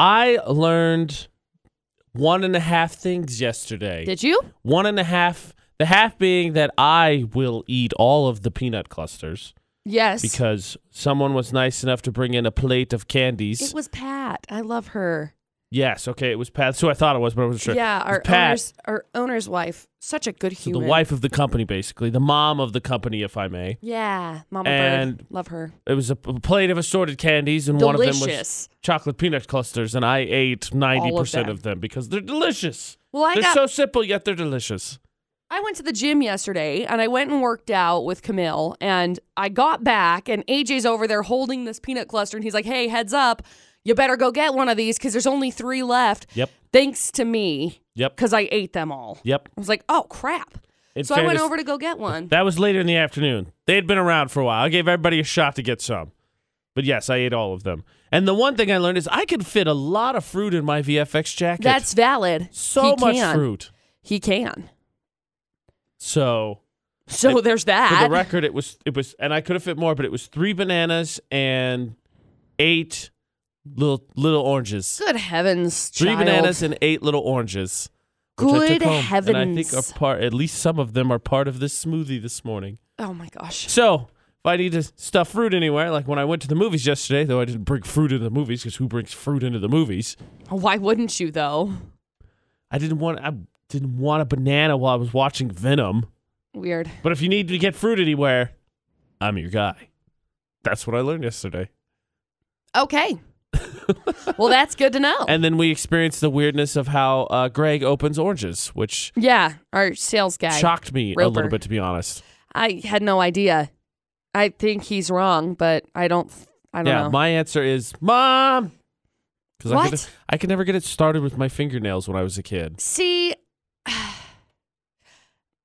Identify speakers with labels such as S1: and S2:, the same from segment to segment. S1: I learned one and a half things yesterday.
S2: Did you?
S1: one and a half, the half being that I will eat all of the peanut clusters
S2: Yes.
S1: because someone was nice enough to bring in a plate of candies.
S2: it was Pat. I love her.
S1: yes, okay, it was Pat. That's who I thought it was, but I wasn't sure.
S2: Yeah,
S1: It was
S2: our
S1: Pat,
S2: owner's our owner's wife. Such a good
S1: so
S2: human.
S1: the wife of the company, basically, the mom of the company, if I may.
S2: Yeah, Mama
S1: And-
S2: Bird. Love her.
S1: It was a, a plate of assorted candies, and one of them was
S2: Delicious.
S1: chocolate peanut clusters, and I ate ninety percent
S2: them.
S1: of them because they're delicious.
S2: Well, I
S1: they're
S2: got.
S1: so simple yet they're delicious.
S2: I went to the gym yesterday, and I went and worked out with Camille, and I got back, and AJ's over there holding this peanut cluster, and he's like, "Hey, heads up, you better go get one of these because there's only three left."
S1: Yep.
S2: Thanks to me,
S1: Yep.
S2: because I ate them all.
S1: Yep.
S2: I was like, "Oh crap!"
S1: In
S2: so I went
S1: fairness,
S2: over to go get one.
S1: That was later in the afternoon. They had been around for a while. I gave everybody a shot to get some. But yes, I ate all of them. And the one thing I learned is I could fit a lot of fruit in my VFX jacket.
S2: That's valid.
S1: so
S2: he
S1: much
S2: can.
S1: fruit.
S2: He can.
S1: So
S2: So there's that.
S1: for the record, it was it was, and I could have fit more, but it was three bananas and eight little little oranges.
S2: Good heavens,
S1: Three
S2: child.
S1: bananas and eight little oranges. Which I
S2: Good
S1: took home,
S2: heavens.
S1: And I think are part, at least some of them are part of this smoothie this morning.
S2: oh my gosh.
S1: So if I need to stuff fruit anywhere, like when I went to the movies yesterday, though I didn't bring fruit into the movies because who brings fruit into the movies?
S2: Why wouldn't you though?
S1: I didn't want I didn't want a banana while I was watching Venom.
S2: Weird.
S1: But if you need to get fruit anywhere, I'm your guy. That's what I learned yesterday.
S2: Okay. well, that's good to know.
S1: And then we experienced the weirdness of how uh, Greg opens oranges, which
S2: yeah, our sales guy.
S1: shocked me a little
S2: Roper.
S1: bit, to be honest.
S2: I had no idea. I think he's wrong, but I don't. I don't
S1: yeah,
S2: know.
S1: my answer is mom. Because I, could-
S2: What?
S1: I could never get it started with my fingernails when I was a kid.
S2: See.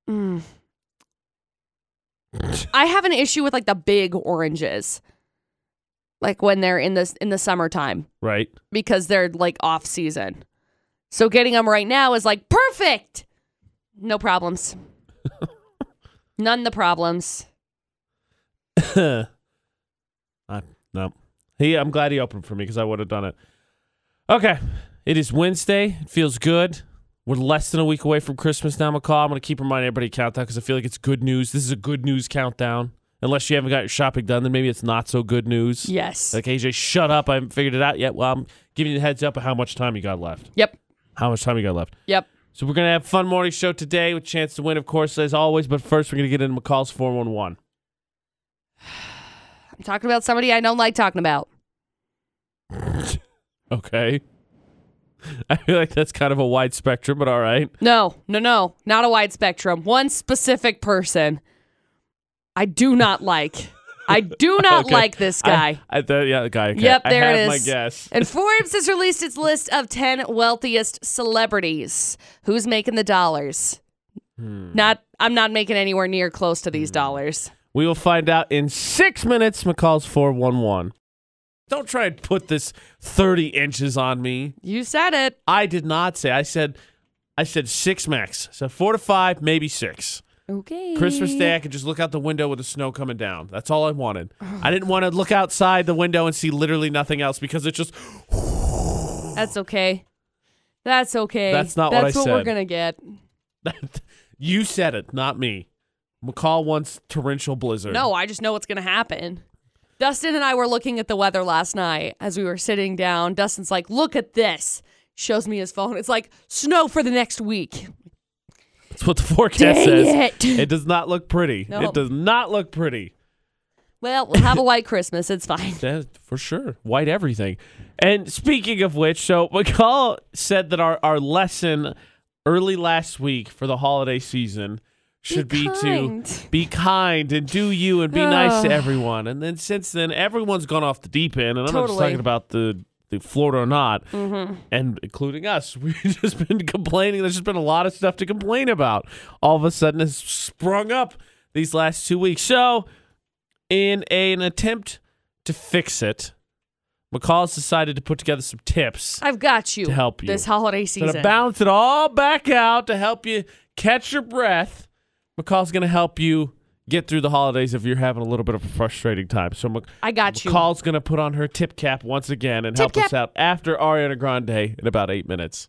S2: Mm. I have an issue with like the big oranges, like when they're in this in the summertime.
S1: Right?
S2: because they're like off season. So getting them right now is like perfect. No problems. None the problems.
S1: I, no. He, I'm glad he opened for me because I would have done it. Okay. It is Wednesday. It feels good. We're less than a week away from Christmas now, McCall. I'm going to keep reminding everybody to countdown because I feel like it's good news. This is a good news countdown. Unless you haven't got your shopping done, then maybe it's not so good news.
S2: Yes.
S1: Like, AJ, shut up. I haven't figured it out yet. Well, I'm giving you a heads up of how much time you got left.
S2: Yep.
S1: How much time you got left.
S2: Yep.
S1: So we're going to have a fun morning show today with chance to win, of course, as always. But first, we're going to get into McCall's 411.
S2: I'm talking about somebody I don't like talking about.
S1: Okay. I feel like that's kind of a wide spectrum, but all right.
S2: No, no, no. Not a wide spectrum. One specific person I do not like. I do not
S1: Okay.
S2: like this guy.
S1: I, I, th- yeah, the guy. Okay.
S2: Yep, there
S1: I
S2: it
S1: have my
S2: is.
S1: guess.
S2: And Forbes has released its list of 10 wealthiest celebrities. Who's making the dollars?
S1: Hmm.
S2: Not I'm not making anywhere near close to these dollars.
S1: We will find out in six minutes. McCall's 411. Don't try and put this 30 inches on me.
S2: You said it.
S1: I did not say. I said, I said six max. So four to five, maybe six.
S2: Okay.
S1: Christmas Day, I could just look out the window with the snow coming down. That's all I wanted. I didn't want to look outside the window and see literally nothing else because it just
S2: That's okay. That's okay.
S1: That's not what
S2: That's
S1: I
S2: what we're
S1: said.
S2: gonna get.
S1: That- you said it, not me. McCall wants torrential blizzard.
S2: No, I just know what's gonna happen. Dustin and I were looking at the weather last night as we were sitting down. Dustin's like, "Look at this." Shows me his phone. It's like snow for the next week.
S1: that's what the forecast
S2: Dang
S1: says.
S2: it.
S1: does not look pretty.
S2: No.
S1: It does not look pretty.
S2: Well, we'll have a white Christmas. It's fine.
S1: That, for sure. White everything. And speaking of which, so McCall said that our, our lesson early last week for the holiday season should be,
S2: kind.
S1: to be kind and do you and be nice to
S2: Ugh.
S1: everyone. And then since then, everyone's gone off the deep end. And I'm not just
S2: Totally. Mm-hmm.
S1: talking about the, the Florida or not, and including us. We've just been complaining. There's just been a lot of stuff to complain about. All of a sudden, has sprung up these last two weeks. So, in a- an attempt to fix it, McCall's decided to put together some tips
S2: I've got you
S1: To help you.
S2: this holiday
S1: so to
S2: season.
S1: balance it all back out to help you catch your breath. McCall's going to help you get through the holidays if you're having a little bit of a frustrating time. So Mc-
S2: I got you.
S1: McCall's going to put on her tip cap once again and help
S2: Tip
S1: us out after Ariana Grande in about eight minutes.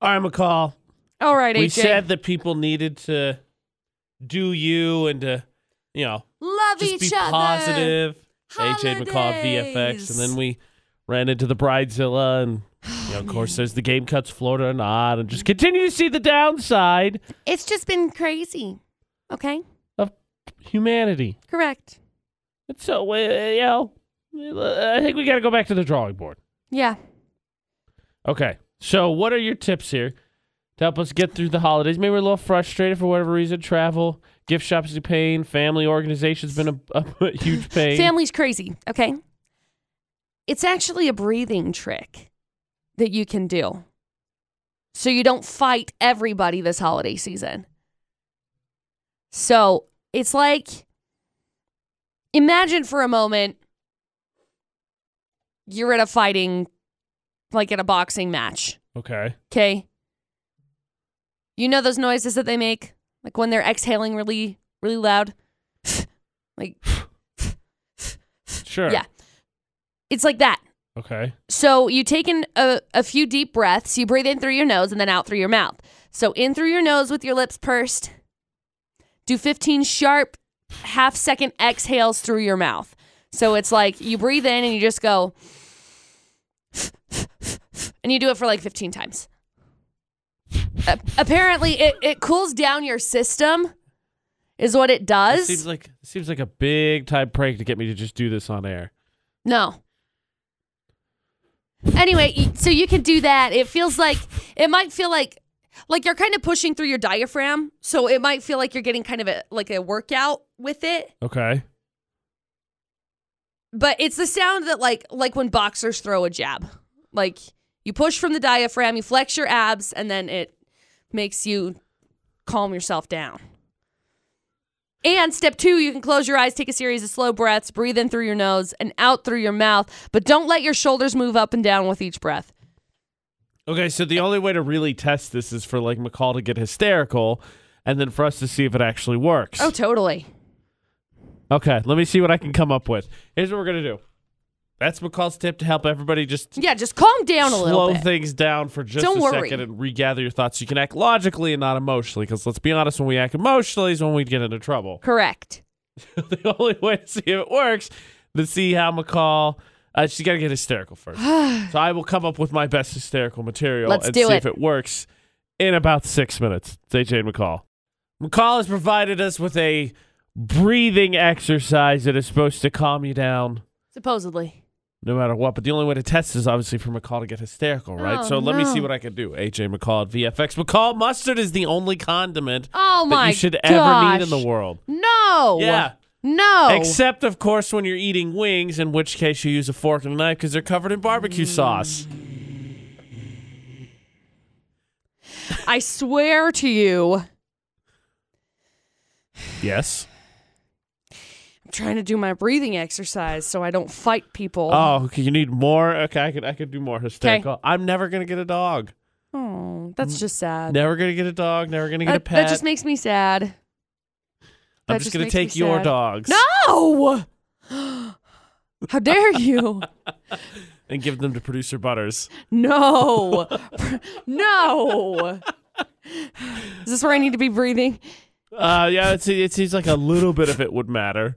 S1: All right, McCall.
S2: All right,
S1: We
S2: AJ.
S1: said that people needed to do you and to, you know,
S2: Love
S1: just
S2: each
S1: be
S2: other.
S1: positive. AJ McCall VFX,
S2: Holidays. Oh,
S1: and then we ran into the Bridezilla, and you know, of course, there's the game cuts Florida or not, and just continue to see the downside
S2: It's just been crazy. Okay,
S1: of humanity.
S2: correct.
S1: And so, uh, you know, I think we got to go back to the drawing board.
S2: Yeah.
S1: Okay, so what are your tips here to help us get through the holidays? Maybe we're a little frustrated for whatever reason. Travel, gift shops is a pain, family organization's been a, a huge pain.
S2: Family's crazy, okay? It's actually a breathing trick that you can do. So you don't fight everybody this holiday season. So it's like imagine for a moment you're at a fighting, like at a boxing match,
S1: okay.
S2: okay? You know those noises that they make? Like when they're exhaling really, really loud? like
S1: Sure.
S2: Yeah. it's like that.
S1: Okay.
S2: So you take in a, a few deep breaths. You breathe in through your nose and then out through your mouth. So in through your nose with your lips pursed. Do 15 sharp half second exhales through your mouth. So it's like you breathe in and you just go, and you do it for like 15 times. A- apparently, it, it cools down your system, is what it
S1: It
S2: does.
S1: seems like it seems like a big time prank to get me to just do this on air.
S2: No. Anyway, y- so you can do that. It feels like it might feel like like you're kind of pushing through your diaphragm, so it might feel like you're getting kind of a like a workout with it.
S1: Okay.
S2: But it's the sound that like like when boxers throw a jab. Like you push from the diaphragm, you flex your abs, and then it makes you calm yourself down. And step two, you can close your eyes, take a series of slow breaths, breathe in through your nose and out through your mouth, but don't let your shoulders move up and down with each breath.
S1: Okay, so the only way to really test this is for like McCall to get hysterical and then for us to see if it actually works.
S2: Oh, totally.
S1: Okay, let me see what I can come up with. Here's what we're going to do. That's McCall's tip to help everybody just
S2: Yeah, just calm down a little
S1: slow
S2: bit.
S1: things down for just
S2: Don't
S1: a
S2: worry.
S1: second and regather your thoughts so you can act logically and not emotionally. Because let's be honest, when we act emotionally is when we get into trouble.
S2: Correct.
S1: the only way to see if it works to see how McCall. Uh, she's got to get hysterical first. so I will come up with my best hysterical material
S2: Let's
S1: and
S2: do
S1: see
S2: it.
S1: if it works in about six minutes. It's AJ and McCall. McCall has provided us with a breathing exercise that is supposed to calm you down
S2: Supposedly.
S1: no matter what. But the only way to test is obviously for McCall to get hysterical, right?
S2: Oh,
S1: so let me
S2: no.
S1: see what I can do. AJ McCall at VFX. McCall mustard is the only condiment
S2: Oh
S1: that
S2: my
S1: you should ever need in
S2: gosh.
S1: the world.
S2: No.
S1: Yeah.
S2: No.
S1: Except, of course, when you're eating wings, in which case you use a fork and a knife because they're covered in barbecue
S2: Mm.
S1: sauce.
S2: I swear to you. I'm
S1: Yes.
S2: trying to do my breathing exercise so I don't fight people.
S1: Oh, okay, you need more. Okay, I could I could do more hysterical. I'm never gonna get a dog.
S2: Oh, that's just sad.
S1: Never gonna get a dog. Never gonna get a
S2: that,
S1: pet.
S2: Uh, that just makes me sad.
S1: I'm
S2: that
S1: just
S2: just
S1: gonna
S2: makes me
S1: take your
S2: sad.
S1: dogs
S2: No! How dare you?
S1: and give them to producer Butters.
S2: No. no. Is this where I need to be breathing?
S1: Uh, yeah, it's, it seems like a little bit of it would matter.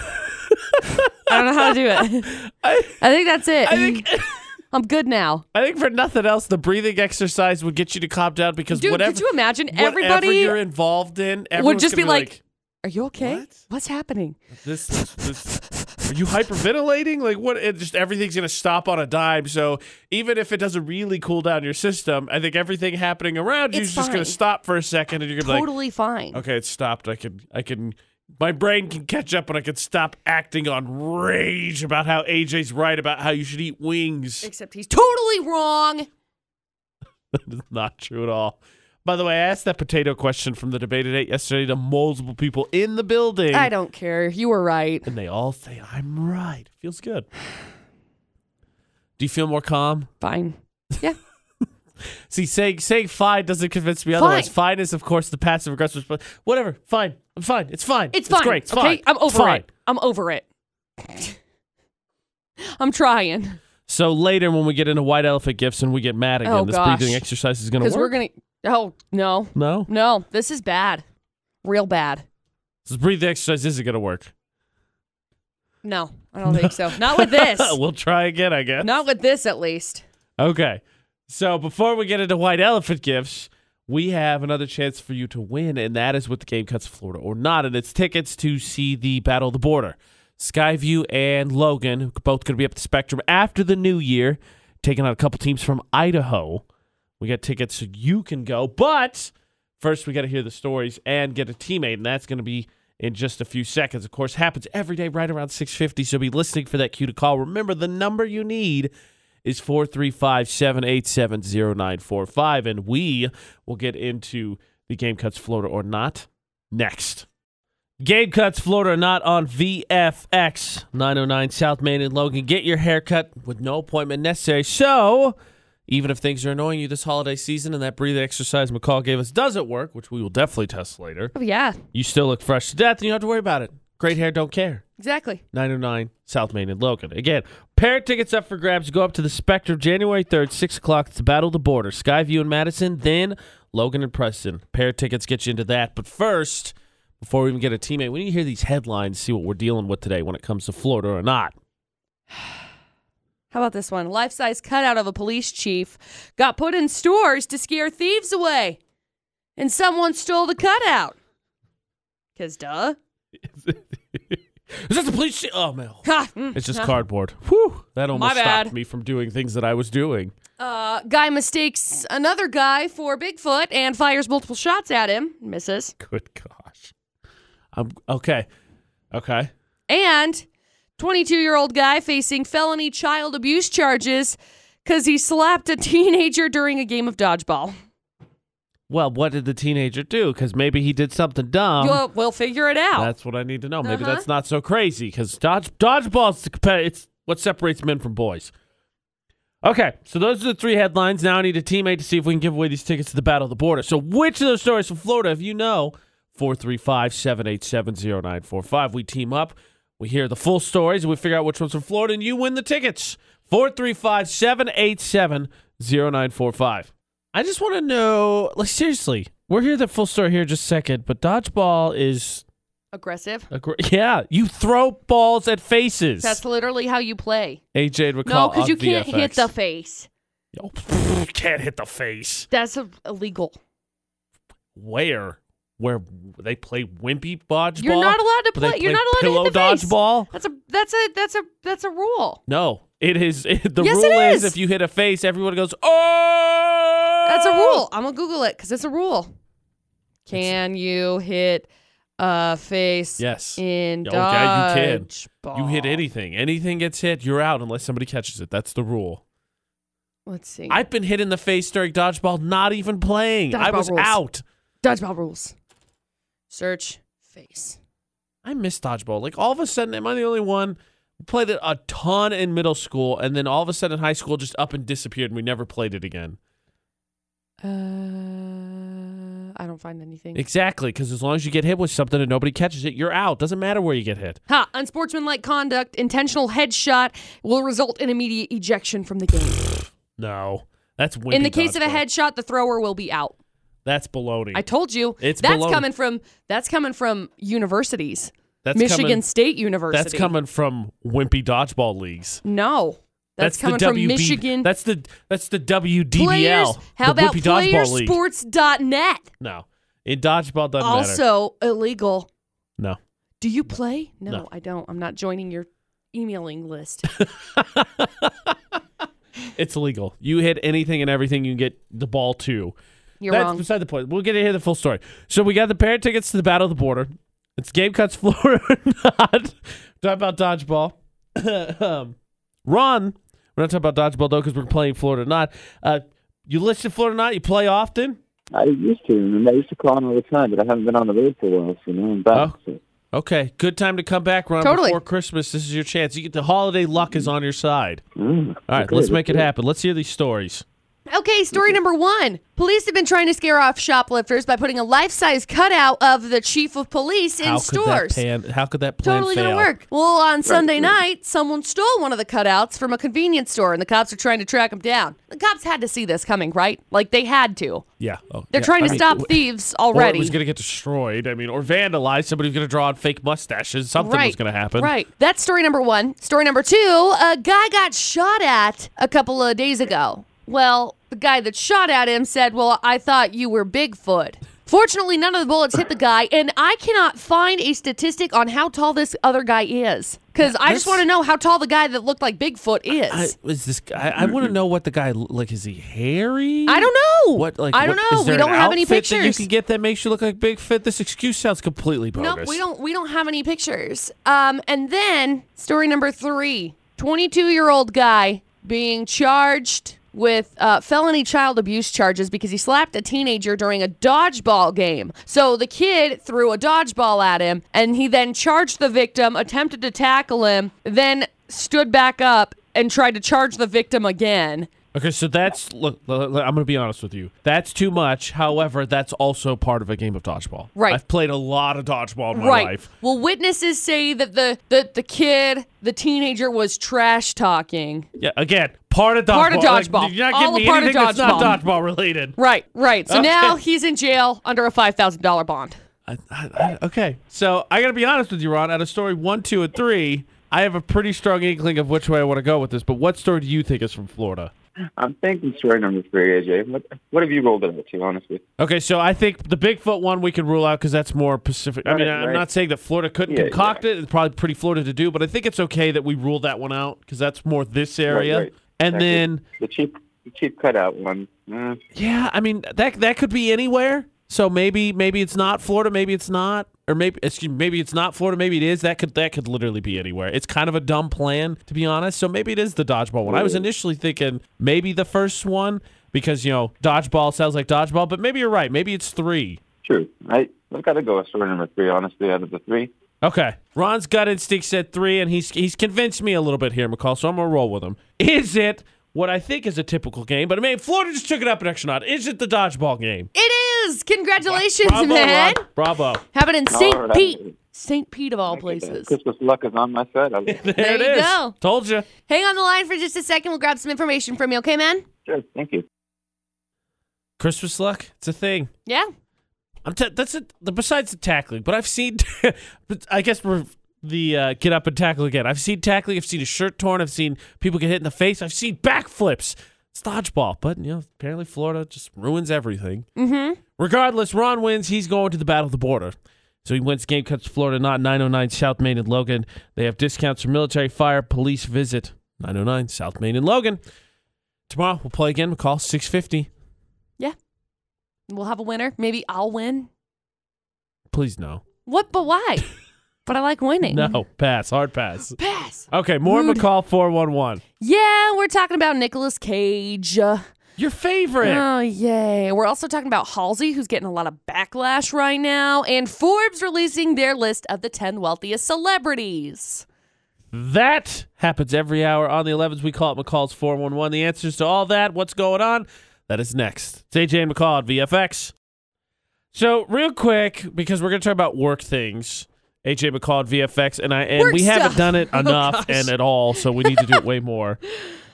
S2: I don't know how to do it.
S1: I
S2: I think that's it.
S1: I think
S2: I'm good now.
S1: I think for nothing else, the breathing exercise would get you to calm down because
S2: Dude,
S1: whatever
S2: could you imagine
S1: whatever
S2: everybody
S1: you're involved in,
S2: would
S1: everyone's
S2: just be
S1: gonna
S2: like, Are you okay?
S1: "What?"
S2: What's happening?
S1: this, this, this- are you hyperventilating? Like what? It just everything's gonna stop on a dime. So even if it doesn't really cool down your system, I think everything happening around you
S2: It's
S1: is just gonna
S2: fine.
S1: stop for a second, and you're gonna
S2: totally fine.
S1: be like, okay, it stopped. I can, I can, my brain can catch up, and I can stop acting on rage about how AJ's right about how you should eat wings.
S2: Except he's totally wrong.
S1: That's not true at all. By the way, I asked that potato question from the debate at eight yesterday to multiple people in the building.
S2: I don't care. You were right.
S1: and they all say I'm right. Feels good. Do you feel more calm?
S2: Fine. Yeah.
S1: See, saying saying fine doesn't convince me otherwise. Fine is, of course, the passive aggressive response. Whatever, fine. I'm fine. It's fine.
S2: It's fine.
S1: great. It's
S2: okay,
S1: fine.
S2: I'm
S1: It's
S2: over
S1: fine.
S2: it. I'm over it. I'm trying
S1: So later, when we get into white elephant gifts and we get mad again,
S2: Oh,
S1: this
S2: gosh.
S1: breathing exercise is going to
S2: because
S1: work.
S2: we're gonna. Oh no,
S1: no,
S2: no, this is bad, real bad.
S1: this breathing exercise isn't going to work.
S2: No, I don't think so. Not with this.
S1: we'll try again, I guess.
S2: Not with this, at least.
S1: Okay. So before we get into white elephant gifts, we have another chance for you to win, and that is with the game cuts of Florida or not, and it's tickets to see the Battle of the Border. Skyview and Logan both going to be up at the Spectrum after the new year, taking out a couple teams from Idaho. We got tickets so you can go, but first we got to hear the stories and get a teammate, and that's going to be in just a few seconds. Of course, happens every day right around 6:50, so be listening for that cue to call. Remember, the number you need is 435-787-0945 and we will get into the game cuts Florida or not next. Game cuts Florida or not on VFX 909 South Main and Logan. Get your haircut with no appointment necessary. So, even if things are annoying you this holiday season and that breathing exercise McCall gave us doesn't work, which we will definitely test later,
S2: Oh yeah,
S1: you still look fresh to death and you don't have to worry about it. Great hair, don't care.
S2: exactly.
S1: 909 South Main and Logan. Again, parent tickets up for grabs. Go up to the Spectrum January 3rd, 6 o'clock. It's the Battle of the Border. Skyview and Madison, then Logan and Preston. Parent tickets get you into that. But first, before we even get a teammate, we need to hear these headlines, see what we're dealing with today when it comes to Florida or not.
S2: How about this one? Life size cutout of a police chief got put in stores to scare thieves away, and someone stole the cutout. Cause duh.
S1: Is that the police? Sh- oh, man.
S2: Ha, mm,
S1: It's just
S2: ha.
S1: cardboard. Whew. That almost stopped
S2: bad.
S1: me from doing things that I was doing.
S2: Uh, guy mistakes another guy for Bigfoot and fires multiple shots at him. Misses.
S1: Good gosh. I'm okay. Okay.
S2: And 22 year old guy facing felony child abuse charges because he slapped a teenager during a game of dodgeball.
S1: Well, what did the teenager do? Because maybe he did something dumb.
S2: Well, we'll figure it out.
S1: That's what I need to know. Maybe
S2: Uh-huh.
S1: that's not so crazy because dodge dodgeball's the compa- it's what separates men from boys. Okay, so those are the three headlines. Now I need a teammate to see if we can give away these tickets to the Battle of the Border. So which of those stories from Florida, if you know, 435-787-0945. We team up, we hear the full stories, and we figure out which one's from Florida, and you win the tickets. 435-787-0945. I just want to know, like seriously, we're here the full story here in just a second, but dodgeball is
S2: Aggressive.
S1: Agre- yeah, you throw balls at faces.
S2: That's literally how you play.
S1: AJ would
S2: No,
S1: call
S2: because
S1: on
S2: you can't
S1: VFX.
S2: hit the face.
S1: Oh, pfft, can't hit the face.
S2: That's a- illegal.
S1: Where? Where they play wimpy dodgeball?
S2: You're not allowed to
S1: But they
S2: play.
S1: play
S2: You're not allowed to hit
S1: pillow
S2: the face.
S1: dodgeball.
S2: That's a that's a that's a that's a rule.
S1: No, it is. It, the
S2: Yes,
S1: rule
S2: it
S1: is
S2: is.
S1: if you hit a face, everyone goes oh.
S2: That's a rule. I'm gonna Google it because it's a rule. Can you hit a face
S1: Yes.
S2: in
S1: Oh, yeah, you can.
S2: dodgeball?
S1: You hit anything. Anything gets hit, you're out unless somebody catches it. That's the rule.
S2: Let's see.
S1: I've been hit in the face during dodgeball, not even playing. I
S2: Dodgeball
S1: was
S2: rules.
S1: out.
S2: dodgeball rules. Search face.
S1: I miss dodgeball. Like all of a sudden, am I the only one? We played it a ton in middle school, and then all of a sudden in high school, just up and disappeared, and we never played it again.
S2: Uh, I don't find anything.
S1: Exactly, because as long as you get hit with something and nobody catches it, you're out. Doesn't matter where you get hit.
S2: Ha! Unsportsmanlike conduct, intentional headshot will result in immediate ejection from the game.
S1: No, that's wimpy
S2: In the case of a
S1: dodgeball.
S2: headshot, the thrower will be out.
S1: That's baloney.
S2: I told you.
S1: It's
S2: that's
S1: baloney.
S2: coming from that's coming from universities.
S1: that's
S2: Michigan
S1: Coming,
S2: State University.
S1: that's coming from wimpy dodgeball leagues.
S2: No. That's, coming
S1: the
S2: from
S1: WB
S2: Michigan
S1: That's the that's the WDBL.
S2: players. How
S1: the
S2: about
S1: wimpy dodgeball league?
S2: playersports.net?
S1: No, in dodgeball doesn't matter.
S2: Also illegal.
S1: No.
S2: Do you play? No,
S1: No.
S2: I don't. I'm not joining your emailing list.
S1: It's illegal. You hit anything and everything you can get the ball to.
S2: You're
S1: That's
S2: wrong.
S1: beside the point. We'll get to hear the full story. So we got the parent tickets to the Battle of the Border. It's Game Cuts Florida or not. Talk about dodgeball. um, Ron, we're not talking about dodgeball though because we're playing Florida or not. Uh, you listen to Florida or not. You play often.
S3: I used to, and I used to call in all the time, but I haven't been on the road for a while, so now I'm back.
S1: Oh.
S3: So
S1: Okay, good time to come back, Ron.
S2: Totally.
S1: Before Christmas, this is your chance. You get the holiday luck is on your side.
S3: Mm,
S1: All right,
S3: okay,
S1: let's make it
S3: do
S1: happen. Let's hear these stories.
S2: Okay, story number one. Police have been trying to scare off shoplifters by putting a life size cutout of the chief of police in
S1: how
S2: stores.
S1: Could that plan, how could that plan
S2: totally
S1: fail?
S2: gonna work. Well, on Sunday night, someone stole one of the cutouts from a convenience store, and the cops are trying to track them down. The cops had to see this coming, right? Like they had to.
S1: Yeah. Oh,
S2: They're
S1: yeah.
S2: trying
S1: I
S2: to
S1: mean,
S2: stop
S1: w-
S2: thieves
S1: Or
S2: already.
S1: it was going to get destroyed. I mean, or vandalized. Somebody was going to draw on fake mustaches. Something
S2: right.
S1: was going to happen.
S2: Right. That's story number one. Story number two a guy got shot at a couple of days ago. Well, the guy that shot at him said, Well, I thought you were Bigfoot. Fortunately, none of the bullets hit the guy, and I cannot find a statistic on how tall this other guy is. Because I just
S1: That's-
S2: want to know how tall the guy that looked like Bigfoot is.
S1: I, is this? I, I want to know what the guy l- like. Is he hairy?
S2: I don't know.
S1: What like?
S2: I don't
S1: what- is
S2: know. We
S1: there an
S2: don't have any
S1: outfit that
S2: pictures.
S1: you can get that makes you look like Bigfoot. This excuse sounds completely bogus.
S2: Nope, we don't we don't have any pictures. Um and then story number 3. 22-year-old guy being charged with uh, felony child abuse charges because he slapped a teenager during a dodgeball game. So the kid threw a dodgeball at him and he then charged the victim, attempted to tackle him, then stood back up and tried to charge the victim again.
S1: Okay, so that's look. l- l- I'm going to be honest with you. That's too much. However, that's also part of a game of dodgeball.
S2: Right.
S1: I've played a lot of dodgeball in my
S2: right.
S1: life.
S2: Well, witnesses say that the, the the kid, the teenager was trash talking.
S1: Yeah. Again, part of dodgeball.
S2: Part of
S1: Like,
S2: dodgeball.
S1: you're not
S2: All
S1: giving
S2: a
S1: me
S2: part of
S1: anything that's
S2: dodgeball.
S1: not dodgeball related.
S2: Right, right. So
S1: Okay.
S2: now he's in jail under a five thousand dollar bond.
S1: I, I, I, okay, so I gotta be honest with you, Ron. Out of story one, two, and three, I have a pretty strong inkling of which way I want to go with this. But what story do you think is from Florida?
S3: I'm thinking story number three, AJ. What, what have you rolled it out to, honestly?
S1: Okay, so I think the Bigfoot one we can rule out because that's more Pacific. I mean,
S3: Right,
S1: I'm
S3: right.
S1: not saying that Florida couldn't
S3: Yeah,
S1: concoct it. It's probably pretty Florida to do, but I think it's okay that we rule that one out because that's more this area.
S3: right.
S1: And
S3: Exactly.
S1: then,
S3: The cheap, the cheap cutout one. Eh,
S1: yeah, I mean that that could be anywhere. So maybe maybe it's not Florida, maybe it's not, or maybe excuse me, maybe it's not Florida, maybe it is. That could that could literally be anywhere. It's kind of a dumb plan to be honest. So maybe it is the dodgeball one. I was
S3: Ooh.
S1: initially thinking maybe the first one because you know dodgeball sounds like dodgeball, but maybe you're right. Maybe it's three.
S3: true. I I've got to go with story number three, honestly. Out of the three,
S1: Okay. Ron's gut instinct said three, and he's he's convinced me a little bit here, McCall, so I'm gonna roll with him. Is it what I think is a typical game, but I mean Florida just took it up an extra notch. Is it the dodgeball game?
S2: It is. Congratulations,
S1: Bravo,
S2: man.
S1: Ron. Bravo.
S2: Happened in St.
S3: right.
S2: Pete. St. Pete of all places.
S3: Christmas luck is on my side. I
S1: There,
S2: There
S1: it
S2: you
S1: is.
S2: go.
S1: Told you.
S2: Hang on the line for just a second. We'll grab some information from you, okay, man?
S3: sure, thank you.
S1: Christmas luck. It's a thing.
S2: Yeah.
S1: I'm t- that's it. the- Besides the tackling, but I've seen. but I guess we're the uh, get up and tackle again. I've seen tackling. I've seen a shirt torn. I've seen people get hit in the face. I've seen backflips. It's dodgeball, but you know apparently Florida just ruins everything.
S2: Mm-hmm.
S1: Regardless, Ron wins. He's going to the Battle of the Border. So he wins Game Cuts Florida, not 909 South Main and Logan. They have discounts for military fire, police visit, 909 South Main and Logan. Tomorrow we'll play again. We'll call 650.
S2: We'll have a winner. Maybe I'll win.
S1: Please no.
S2: What but why? but I like winning.
S1: No. Pass. Hard pass.
S2: Pass.
S1: Okay, more
S2: Rude.
S1: McCall 411.
S2: Yeah, we're talking about Nicolas Cage. Uh,
S1: Your favorite.
S2: Oh, yay. We're also talking about Halsey, who's getting a lot of backlash right now, and Forbes releasing their list of the 10 wealthiest celebrities.
S1: That happens every hour on the 11s. We call it McCall's 411. The answers to all that, what's going on, that is next. It's AJ and McCall at VFX. So, real quick, because we're going to talk about work things, AJ McCall at VFX, and I and
S2: Work
S1: we haven't
S2: stuff.
S1: done it
S2: Oh,
S1: enough
S2: gosh.
S1: and at all, so we need to do it way more.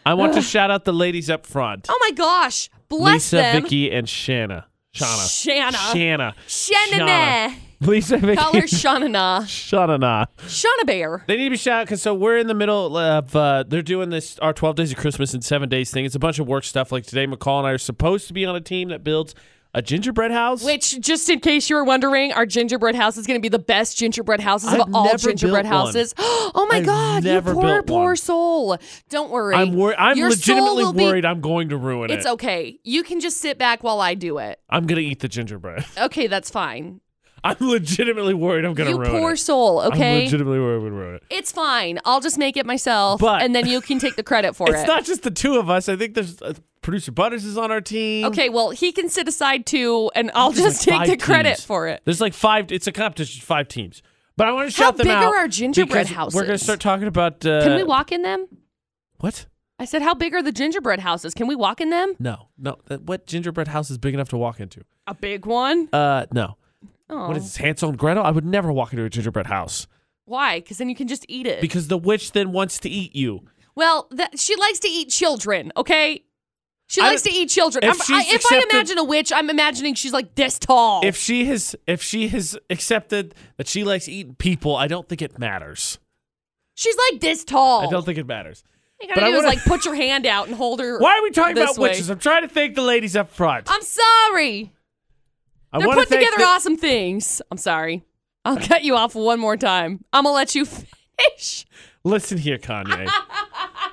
S1: I want to shout out the ladies up front
S2: Oh, my gosh. Bless
S1: Lisa,
S2: them.
S1: Vicky, and Shanna. Shauna.
S2: Shanna.
S1: Shanna.
S2: Shanna.
S1: Lisa, Vicky,
S2: Call her Shanna.
S1: Shanna.
S2: Shanna Bear.
S1: They need to be shouted because so we're in the middle of uh, they're doing this our 12 days of Christmas and seven days thing. It's a bunch of work stuff. Like today, McCall and I are supposed to be on a team that builds a gingerbread house.
S2: Which, just in case you were wondering, our gingerbread house is going to be the best gingerbread houses of
S1: I've
S2: all
S1: never
S2: gingerbread
S1: built one.
S2: houses. Oh my
S1: I've
S2: God, you
S1: never
S2: poor,
S1: built one.
S2: poor soul. Don't worry.
S1: I'm worried. I'm
S2: Your soul
S1: legitimately
S2: will be-
S1: worried. I'm going to ruin
S2: It's
S1: it.
S2: okay. You can just sit back while I do it.
S1: I'm gonna eat the gingerbread.
S2: Okay, that's fine.
S1: I'm legitimately worried. I'm gonna
S2: you
S1: ruin
S2: poor
S1: it.
S2: soul,
S1: I'm
S2: okay?
S1: legitimately worried I'm gonna ruin it.
S2: it's fine. I'll just make it myself,
S1: But-
S2: and then you can take the credit for
S1: it's
S2: it.
S1: not just the two of us. I think there's uh, producer Butters is on our team.
S2: okay, well, he can sit aside too, and I'll
S1: There's
S2: just
S1: like
S2: take the
S1: five
S2: credit
S1: teams.
S2: for it.
S1: There's like five. It's a competition. Five teams. But I want to shout them
S2: big
S1: out.
S2: are our gingerbread
S1: because We're gonna
S2: houses?
S1: start talking about. Uh,
S2: Can we walk in them?
S1: What?
S2: I I said, How big are the gingerbread houses? Can we walk in them?
S1: No, no. That, what gingerbread house is big enough to walk into?
S2: A big one?
S1: Uh, no.
S2: Oh.
S1: What is this, Hansel and Gretel? I would never walk into a gingerbread house
S2: Why? Because then you can just eat it.
S1: because the witch then wants to eat you.
S2: well, that, she likes to eat children, okay? She
S1: I
S2: likes to
S1: don't-
S2: eat children.
S1: if
S2: I'm- I,
S1: she's
S2: if I
S1: accepted-
S2: imagine a witch, I'm imagining she's like this tall.
S1: If she has, if she has accepted that she likes eating people, I don't think it matters.
S2: she's like this tall.
S1: I don't think it matters.
S2: you
S1: but
S2: gotta
S1: I
S2: do is
S1: wanna-
S2: like put your hand out and hold her.
S1: Why are we talking
S2: This
S1: about
S2: way.
S1: witches? I'm trying to thank the ladies up front.
S2: I'm sorry.
S1: I
S2: They're
S1: wanna
S2: putting
S1: thank
S2: together
S1: the-
S2: awesome things. I'm sorry. I'll cut you off one more time. I'm gonna let you finish.
S1: Listen here, Kanye.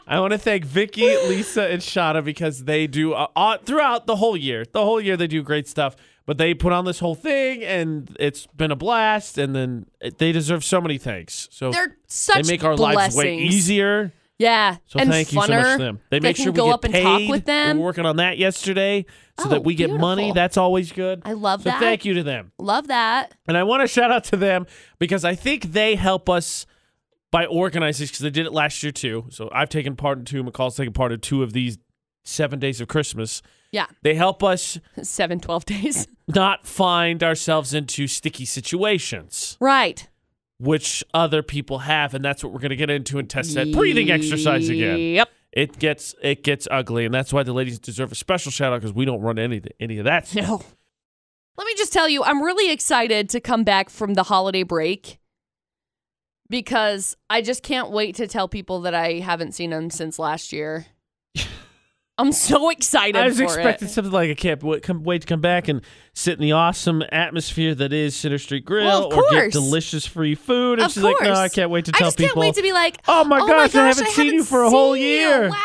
S1: I want to thank Vicky, Lisa, and Shada because they do uh, uh, throughout the whole year. The whole year they do great stuff, but they put on this whole thing, and it's been a blast. And then it- they deserve so many thanks. So
S2: They're
S1: they
S2: such
S1: make our lives
S2: blessings.
S1: way easier.
S2: Yeah,
S1: So
S2: and
S1: thank
S2: funner.
S1: you so much to them. They make
S2: can
S1: sure we
S2: go
S1: get
S2: up and
S1: paid.
S2: talk with
S1: We
S2: them.
S1: were working on that yesterday so
S2: Oh,
S1: that we get money.
S2: beautiful.
S1: That's always good.
S2: I love
S1: so
S2: that.
S1: thank you to them.
S2: Love that.
S1: And I want to shout out to them because I think they help us by organizing because they did it last year too. So I've taken part in two, McCall's taken part in two of these seven days of Christmas.
S2: Yeah,
S1: They help us
S2: seven, twelve days.
S1: not find ourselves into sticky situations,
S2: Right.
S1: which other people have, and that's what we're going to get into and test that breathing exercise again.
S2: Yep.
S1: It gets it gets ugly, and that's why the ladies deserve a special shout out because we don't run any any of that. stuff.
S2: No. Let me just tell you, I'm really excited to come back from the holiday break because I just can't wait to tell people that I haven't seen them since last year. I'm so excited.
S1: I was
S2: for
S1: expecting
S2: It.
S1: something like I can't wait, come, wait to come back and sit in the awesome atmosphere that is Center Street Grill
S2: Well, of
S1: or get
S2: course.
S1: delicious free food. And
S2: Of
S1: she's like, no,
S2: course.
S1: I can't wait to
S2: I
S1: tell
S2: just
S1: people.
S2: can't wait to be like,
S1: oh my gosh, I haven't seen you for a whole
S2: seen you.
S1: year.
S2: Wow,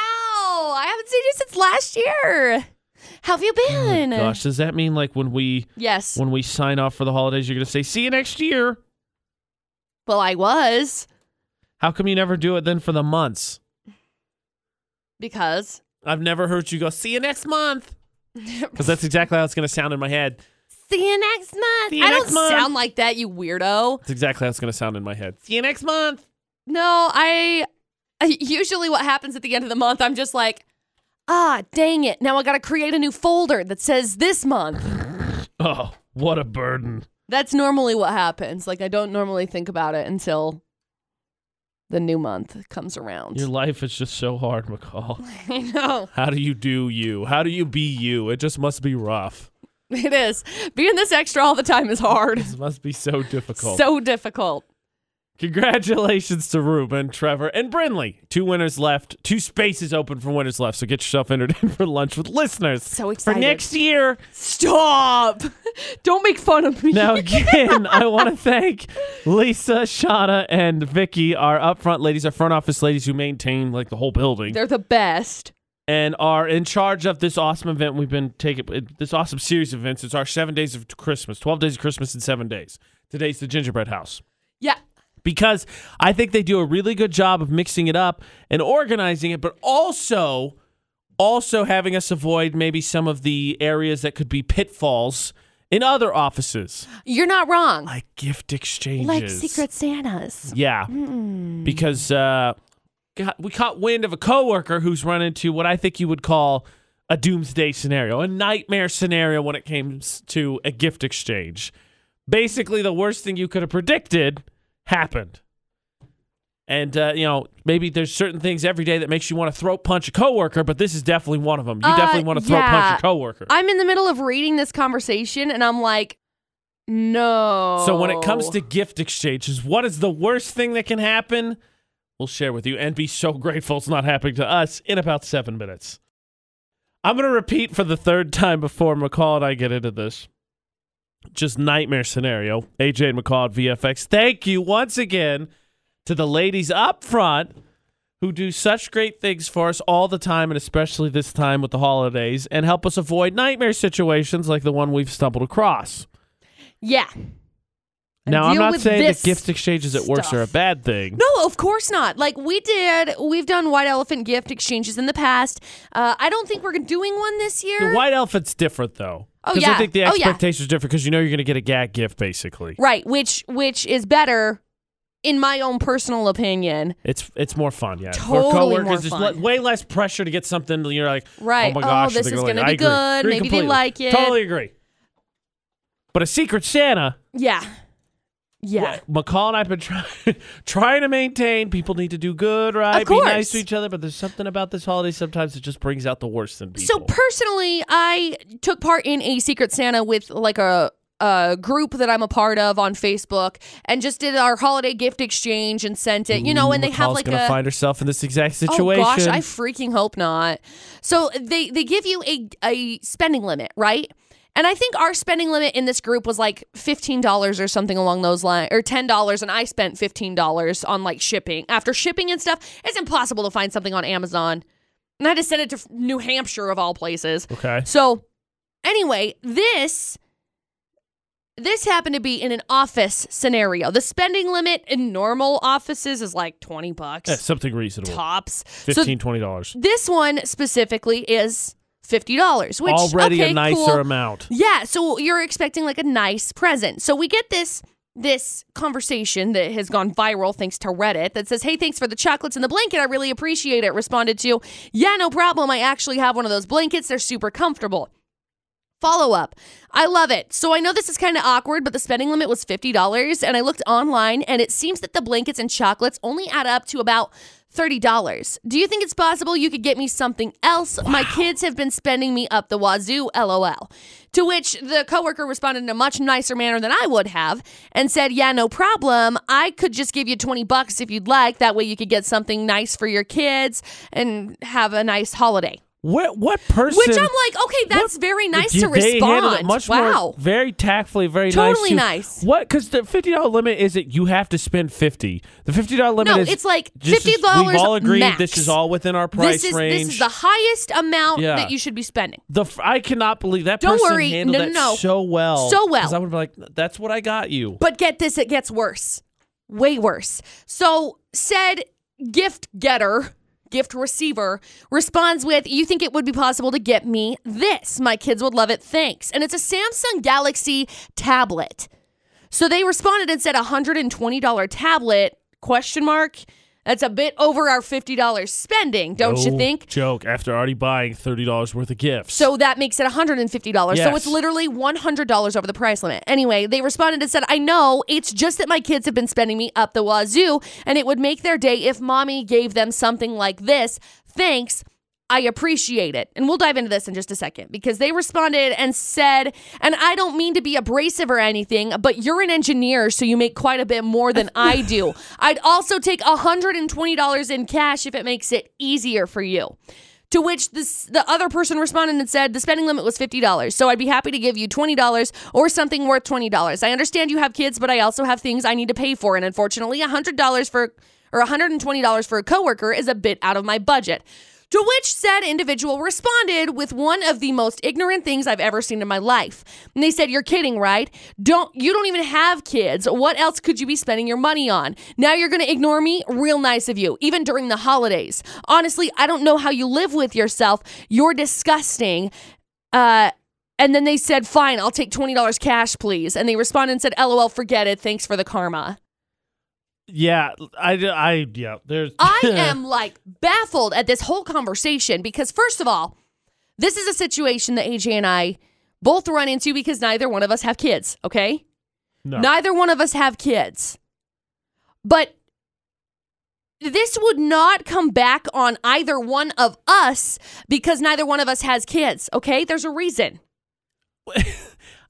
S2: I haven't seen you since last year. How have you been?
S1: Oh Gosh, does that mean like when we
S2: Yes.
S1: when we sign off for the holidays, you're gonna say, "See you next year"?
S2: Well, I was
S1: How come you never do it then for the months?
S2: because
S1: I've never heard you go, "See you next month," because that's exactly how it's gonna sound in my head.
S2: see you next month.
S1: See you
S2: I
S1: next
S2: don't
S1: month.
S2: sound like that, you weirdo.
S1: That's exactly how it's gonna sound in my head. See you next month.
S2: No, I, I usually what happens at the end of the month, I'm just like, ah, dang it. Now I got to create a new folder that says this month.
S1: Oh, what a burden.
S2: That's normally what happens. Like I don't normally think about it until the new month comes around.
S1: Your life is just so hard, McCall.
S2: I know.
S1: How do you do you? How do you be you? It just must be rough.
S2: It is. Being this extra all the time is hard.
S1: This must be so difficult.
S2: So difficult.
S1: Congratulations to Ruben, Trevor, and Brinley. Two winners left. Two spaces open for winners left. So get yourself entered in for lunch with listeners.
S2: So
S1: For
S2: excited.
S1: next year.
S2: Stop. Don't make fun of me.
S1: Now again, I want to thank Lisa, Shauna, and Vicky, our upfront ladies, our front office ladies who maintain like the whole building.
S2: They're the best.
S1: and are in charge of this awesome event we've been taking this awesome series of events it's our seven days of christmas 12 days of christmas and seven days today's the gingerbread house
S2: Yeah.
S1: because i think they do a really good job of mixing it up and organizing it but also also having us avoid maybe some of the areas that could be pitfalls in other offices
S2: You're not wrong.
S1: like gift exchanges
S2: Like Secret Santas.
S1: yeah.
S2: Hmm.
S1: Because uh, got, we caught wind of a coworker who's run into what I think you would call a doomsday scenario, a nightmare scenario when it came s- to a gift exchange. Basically, the worst thing you could have predicted happened. And uh, you know, maybe there's certain things every day that makes you want to throat punch a coworker, but this is definitely one of them. You
S2: Uh,
S1: definitely want to throat punch
S2: yeah.
S1: your coworker.
S2: I'm in the middle of reading this conversation and I'm like, no.
S1: So when it
S2: Oh.
S1: comes to gift exchanges, what is the worst thing that can happen? We'll share with you and be so grateful it's not happening to us in about seven minutes. I'm going to repeat for the third time before McCall and I get into this. Just nightmare scenario. AJ and McCall at VFX. Thank you once again to the ladies up front who do such great things for us all the time and especially this time with the holidays and help us avoid nightmare situations like the one we've stumbled across.
S2: Yeah. And
S1: Now, I'm
S2: deal
S1: not
S2: with
S1: saying that
S2: this
S1: gift exchanges at worst are a
S2: stuff.
S1: bad thing.
S2: No, of course not. Like we did, we've done white elephant gift exchanges in the past. Uh, I don't think we're doing one this year.
S1: The white elephant's different, though.
S2: Oh,
S1: Because I
S2: yeah.
S1: think the
S2: Oh, yeah.
S1: expectations are different because you know you're going to get a gag gift, basically.
S2: Right, which which is better in my own personal opinion.
S1: It's it's more fun, yeah.
S2: Totally
S1: For
S2: more
S1: coworkers, there's
S2: fun.
S1: le- way less pressure to get something. that You're like,
S2: Right.
S1: Oh my
S2: Oh,
S1: gosh,
S2: this
S1: they're
S2: is
S1: gonna
S2: gonna
S1: like
S2: be
S1: it. I agree.
S2: good. Maybe they
S1: completely.
S2: like it.
S1: Totally agree. But a secret Santa,
S2: Yeah. Yeah.
S1: well, McCall and I've been trying trying to maintain. People need to do good, right?
S2: Of
S1: Be nice
S2: course.
S1: to each other. But there's something about this holiday. Sometimes it just brings out the worst in people.
S2: So personally, I took part in a Secret Santa with like a a group that I'm a part of on Facebook, and just did our holiday gift exchange and sent it. You know, Oh, and they have
S1: McCall's
S2: like
S1: gonna
S2: a
S1: find herself in this exact situation.
S2: Oh gosh, I freaking hope not. So they they give you a a spending limit, right? And I think our spending limit in this group was like fifteen dollars or something along those lines, or ten dollars, and I spent fifteen dollars on like shipping. After shipping and stuff, it's impossible to find something on Amazon, and I had to send it to New Hampshire of all places.
S1: okay.
S2: So anyway, this this happened to be in an office scenario. The spending limit in normal offices is like twenty bucks
S1: Yeah, something reasonable.
S2: tops. So
S1: Fifteen, twenty dollars.
S2: this one specifically is fifty dollars, which
S1: Already
S2: okay,
S1: a nicer
S2: cool.
S1: amount.
S2: Yeah, so you're expecting like a nice present. So we get this this conversation that has gone viral thanks to Reddit that says, "Hey, thanks for the chocolates and the blanket. I really appreciate it." Responded to, "Yeah, no problem. I actually have one of those blankets. They're super comfortable." Follow up. I love it. So I know this is kind of awkward, but the spending limit was $50 and I looked online and it seems that the blankets and chocolates only add up to about $30. Do you think it's possible you could get me something else? My kids have been spending me up the wazoo, LOL. To which the coworker responded in a much nicer manner than I would have and said, "Yeah, no problem. I could just give you 20 bucks if you'd like. That way you could get something nice for your kids and have a nice holiday."
S1: What what person?
S2: Which I'm like, okay, that's very nice
S1: Did
S2: to
S1: they
S2: respond.
S1: handle it much more-
S2: wow.
S1: very tactfully, very
S2: Totally
S1: nice.
S2: nice.
S1: too. What? Because the fifty dollar limit is that you have to spend fifty. The fifty dollar limit
S2: No,
S1: is
S2: it's like
S1: just as-
S2: $50
S1: We've all agreed
S2: max.
S1: this is all within our price
S2: This is
S1: range.
S2: this is the highest amount
S1: Yeah.
S2: that you should be spending.
S1: The f- I cannot believe that
S2: Don't
S1: person
S2: worry.
S1: handled
S2: No,
S1: that
S2: no, no.
S1: so well.
S2: So well.
S1: 'Cause I would be like, that's what I got you.
S2: But get this, it gets worse. Way worse. So said gift getter, gift receiver responds with, "You think it would be possible to get me this? My kids would love it. Thanks." And it's a Samsung Galaxy tablet. So they responded and said $120 tablet question mark. That's a bit over our $50 spending, don't you
S1: No
S2: think?
S1: Joke after already buying thirty dollars worth of gifts.
S2: So that makes it $150. So
S1: Yes.
S2: it's literally $100 over the price limit. Anyway, they responded and said, I know, it's just that my kids have been spending me up the wazoo, and it would make their day if mommy gave them something like this. Thanks. I appreciate it. And we'll dive into this in just a second because they responded and said, and I don't mean to be abrasive or anything, but you're an engineer, so you make quite a bit more than I do. I'd also take $120 in cash if it makes it easier for you. To which this, the other person responded and said, The spending limit was $50, so I'd be happy to give you $20 or something worth $20. I understand you have kids, but I also have things I need to pay for, and unfortunately, $100 for or $120 for a coworker is a bit out of my budget. To which said individual responded with one of the most ignorant things I've ever seen in my life. And they said, "You're kidding, right? Don't you don't even have kids. What else could you be spending your money on? Now you're going to ignore me? Real nice of you, even during the holidays. Honestly, I don't know how you live with yourself. You're disgusting." Uh and then they said, "Fine, I'll take $20 cash, please." And they responded and said, "LOL, forget it. Thanks for the karma."
S1: yeah, I, I yeah. There's
S2: I am like baffled at this whole conversation because, first of all, this is a situation that AJ and I both run into because neither one of us have kids, okay?
S1: no.
S2: Neither one of us have kids. But this would not come back on either one of us because neither one of us has kids, okay? There's a reason.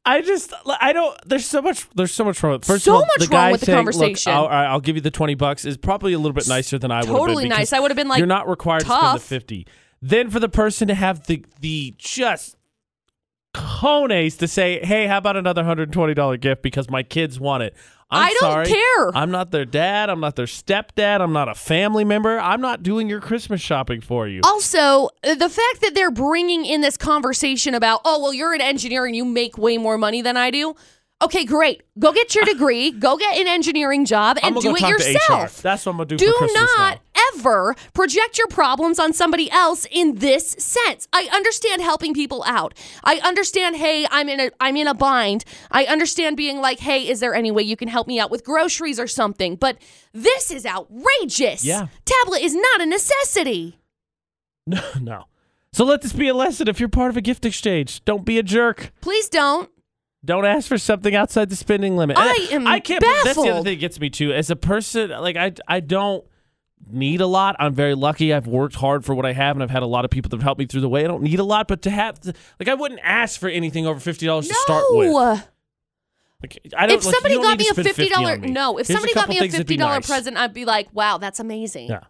S1: I just I don't. There's so much. There's so much wrong. with- First
S2: So
S1: of all,
S2: much
S1: the
S2: wrong
S1: guy
S2: with the
S1: saying,
S2: conversation.
S1: Look, I'll, all right, I'll give you the twenty bucks is probably a little bit nicer than I would.
S2: Totally
S1: have been
S2: nice. I would have been like,
S1: you're not required to spend
S2: tough.
S1: the fifty. Then for the person to have the the just cones to say, hey, how about another hundred twenty dollar gift because my kids want it. I'm
S2: I don't
S1: sorry.
S2: care.
S1: I'm not their dad. I'm not their stepdad. I'm not a family member. I'm not doing your Christmas shopping for you.
S2: Also, uh, the fact that they're bringing in this conversation about, oh, well, you're an engineer and you make way more money than I do. Okay, great. Go get your degree, go get an engineering job,
S1: I'm
S2: and
S1: gonna
S2: do
S1: go
S2: it
S1: talk to HR.
S2: yourself.
S1: That's what I'm gonna do.
S2: Do
S1: for Christmas
S2: not
S1: now.
S2: ever project your problems on somebody else in this sense. I understand helping people out. I understand, hey, I'm in a I'm in a bind. I understand being like, hey, is there any way you can help me out with groceries or something? But this is outrageous.
S1: Yeah.
S2: Tablet is not a necessity.
S1: No, no. So let this be a lesson. If you're part of a gift exchange, don't be a jerk.
S2: Please don't.
S1: Don't ask for something outside the spending limit. And
S2: I am
S1: I can't. believe- That's the other
S2: baffled.
S1: thing that gets me too. As a person, like I, I don't need a lot. I'm very lucky. I've worked hard for what I have, and I've had a lot of people that have helped me through the way. I don't need a lot, but to have, like, I wouldn't ask for anything over fifty dollars to start with.
S2: No.
S1: Like, I don't,
S2: If
S1: like, you
S2: somebody
S1: don't
S2: got
S1: need
S2: me
S1: to
S2: a
S1: spend
S2: fifty dollar
S1: on me.
S2: no, if
S1: Here's
S2: somebody
S1: a
S2: got
S1: couple
S2: me a
S1: things that'd be
S2: fifty dollar
S1: nice.
S2: present, I'd be like, wow, that's amazing.
S1: Yeah.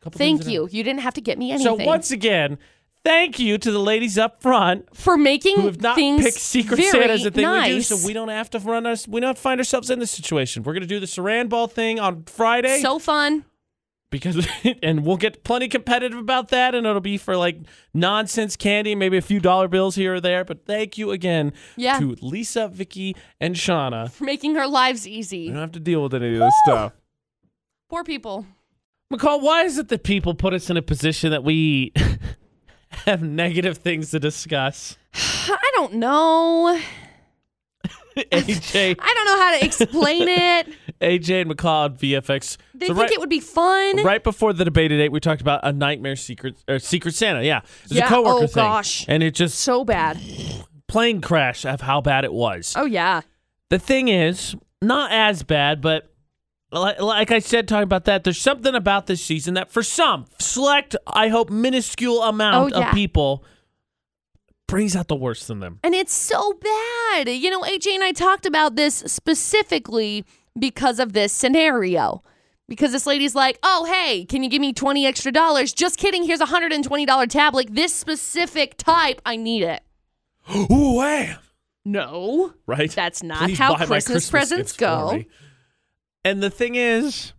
S1: Couple
S2: Thank
S1: things that-
S2: you. You didn't have to get me
S1: So
S2: anything.
S1: once again, thank you to the ladies up front
S2: for making
S1: who have not
S2: things
S1: picked Secret
S2: very
S1: Santa as a thing
S2: nice.
S1: we do, so we don't have to run us. We don't find ourselves in this situation. We're gonna do the Saran Ball thing on Friday
S2: So fun.
S1: because, and we'll get plenty competitive about that, and it'll be for like nonsense candy, maybe a few dollar bills here or there. But thank you again
S2: Yeah.
S1: to Lisa, Vicky, and Shauna.
S2: For making our lives easy.
S1: We don't have to deal with any of this stuff.
S2: Poor people.
S1: McCall, why is it that people put us in a position that we have negative things to discuss?
S2: I don't know.
S1: AJ,
S2: I don't know how to explain it.
S1: AJ and McCall on VFX.
S2: They
S1: So
S2: think
S1: right,
S2: it would be fun.
S1: right before the debate today, we talked about a nightmare secret or Secret Santa. Yeah, it's
S2: Yeah,
S1: a coworker
S2: oh,
S1: thing,
S2: gosh.
S1: and it just
S2: So bad.
S1: plane crash of how bad it was.
S2: Oh yeah.
S1: The thing is, not as bad, but li- like I said, talking about that, there's something about this season that for some select, I hope, minuscule amount
S2: Oh, yeah.
S1: of people brings out the worst in them.
S2: And it's so bad. You know, AJ and I talked about this specifically because of this scenario. Because this lady's like, oh, hey, can you give me 20 extra dollars? Just kidding. Here's a $120 tablet. This specific type, I need it.
S1: Ooh, wham!
S2: No.
S1: Right?
S2: That's not
S1: Please
S2: how
S1: buy my
S2: Christmas, presents
S1: gifts for
S2: go.
S1: me. And the thing is,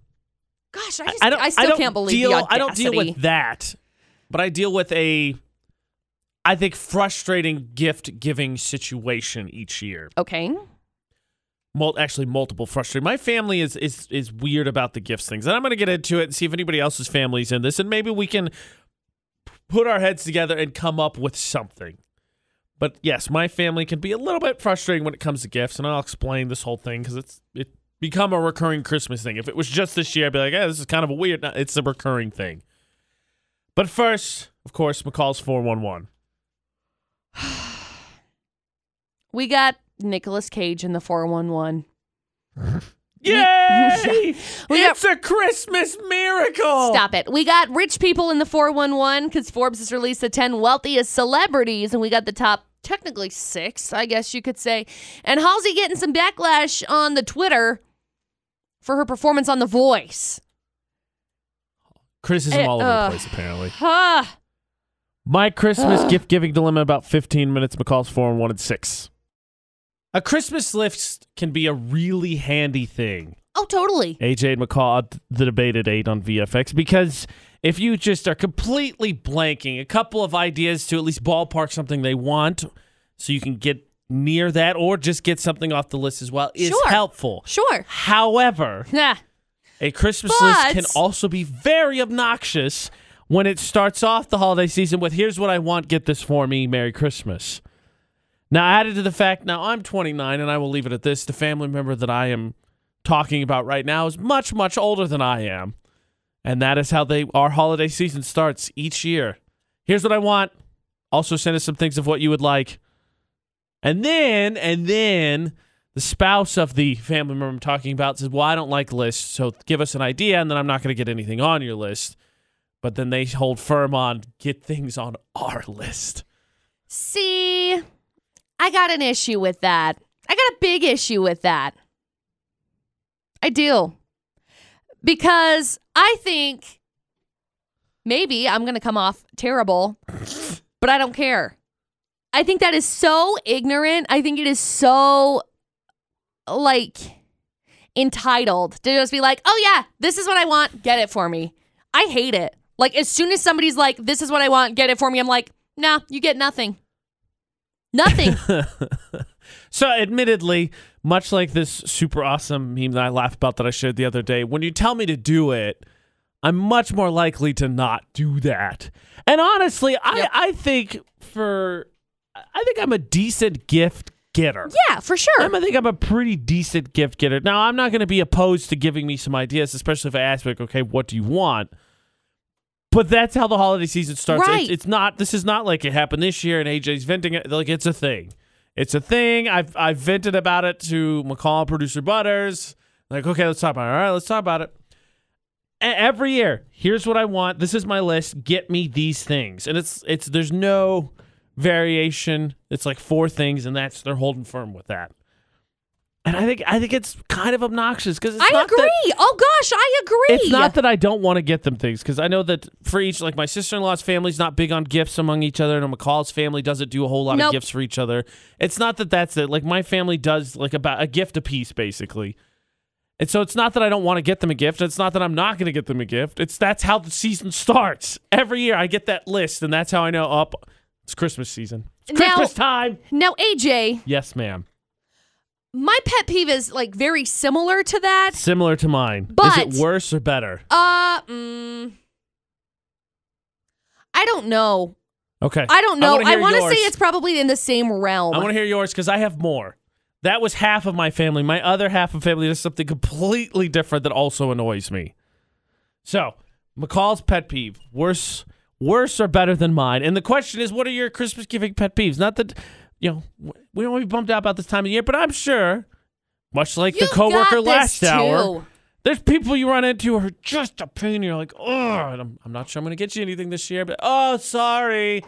S2: Gosh, I, just,
S1: I don't.
S2: I still
S1: don't
S2: can't believe
S1: deal,
S2: the audacity.
S1: I don't deal with that, but I deal with a, I think, frustrating gift giving situation each year.
S2: Okay.
S1: Mul- actually, multiple frustrating. My family is is is weird about the gifts things, and I'm gonna get into it and see if anybody else's family's in this, and maybe we can put our heads together and come up with something. But yes, my family can be a little bit frustrating when it comes to gifts, and I'll explain this whole thing because it's it become a recurring Christmas thing. If it was just this year, I'd be like, "Yeah, this is kind of a weird." no, It's a recurring thing. But first, of course, McCall's four one one.
S2: We got Nicolas Cage in the 411.
S1: Yay!
S2: We got-
S1: it's a Christmas miracle.
S2: Stop it. We got rich people in the 411 because Forbes has released the 10 wealthiest celebrities, and we got the top technically six, I guess you could say. And Halsey getting some backlash on the Twitter for her performance on The Voice.
S1: Criticism
S2: Eh,
S1: all over
S2: uh,
S1: the place, apparently.
S2: Huh.
S1: My Christmas gift giving dilemma about 15 minutes, McCall's 4 and 1 and 6. A Christmas list can be a really handy thing.
S2: Oh, totally.
S1: AJ and McCall, at the debate at 8 on VFX, because if you just are completely blanking, a couple of ideas to at least ballpark something they want so you can get near that or just get something off the list as well is
S2: Sure.
S1: helpful.
S2: Sure.
S1: However,
S2: Nah.
S1: a Christmas
S2: But-
S1: list can also be very obnoxious when it starts off the holiday season with here's what I want, get this for me, Merry Christmas. Now, added to the fact, now I'm 29, and I will leave it at this the family member that I am talking about right now is much, much older than I am. And that is how they our holiday season starts each year. Here's what I want. Also send us some things of what you would like. And then, and then the spouse of the family member I'm talking about says, Well, I don't like lists, so give us an idea, and then I'm not going to get anything on your list. But then they hold firm on get things on our list.
S2: See, I got an issue with that. I got a big issue with that. I do. Because I think maybe I'm going to come off terrible, but I don't care. I think that is so ignorant. I think it is so like entitled to just be like, oh, yeah, this is what I want. Get it for me. I hate it. Like, as soon as somebody's like, this is what I want, get it for me, I'm like, nah, you get nothing. Nothing.
S1: So, admittedly, much like this super awesome meme that I laughed about that I shared the other day, when you tell me to do it, I'm much more likely to not do that. And honestly, I,
S2: Yep.
S1: I think for I think I'm a decent gift getter.
S2: Yeah, for sure.
S1: I'm- I think I'm a pretty decent gift getter. Now, I'm not going to be opposed to giving me some ideas, especially if I ask, like, okay, what do you want? But that's how the holiday season starts. It's,
S2: Right.
S1: it's not. This is not like it happened this year, and AJ's venting. It. Like it's a thing. It's a thing. I've I've vented about it to McCall, producer Butters. Like, okay, let's talk about it. All right, let's talk about it. E- Every year, here's what I want. This is my list. Get me these things, and it's it's there's no variation. It's like four things, and that's they're holding firm with that. And I think I think it's kind of obnoxious because it's
S2: I
S1: not
S2: agree.
S1: that-
S2: oh gosh, I agree.
S1: it's not that I don't want to get them things because I know that for each, like my sister in law's family's not big on gifts among each other, and McCall's family doesn't do a whole lot of
S2: Nope.
S1: gifts for each other. It's not that that's it. Like my family does like about a gift apiece basically. And so it's not that I don't want to get them a gift. It's not that I'm not going to get them a gift. It's that's how the season starts. Every year I get that list, and that's how I know up. it's Christmas season. It's
S2: Now-
S1: Christmas time.
S2: now AJ,
S1: Yes, ma'am.
S2: my pet peeve is like very similar to that.
S1: Similar to mine. Is
S2: But-
S1: it worse or better?
S2: Uh, mm, I don't know.
S1: Okay.
S2: I don't know.
S1: wanna
S2: I
S1: hear
S2: want to
S1: yours.
S2: say it's probably in the same realm.
S1: I want to hear yours because I have more. That was half of my family. My other half of family does something completely different that also annoys me. So, McCall's pet peeve worse, worse or better than mine. And the question is, what are your Christmas giving pet peeves? Not that you know w- we don't want to be bummed out about this time of year, but I'm sure, much like
S2: You
S1: the coworker
S2: got
S1: last
S2: this
S1: hour,
S2: too.
S1: there's people you run into who are just a pain. And you're like, oh, I'm, I'm not sure I'm going to get you anything this year, but oh, sorry,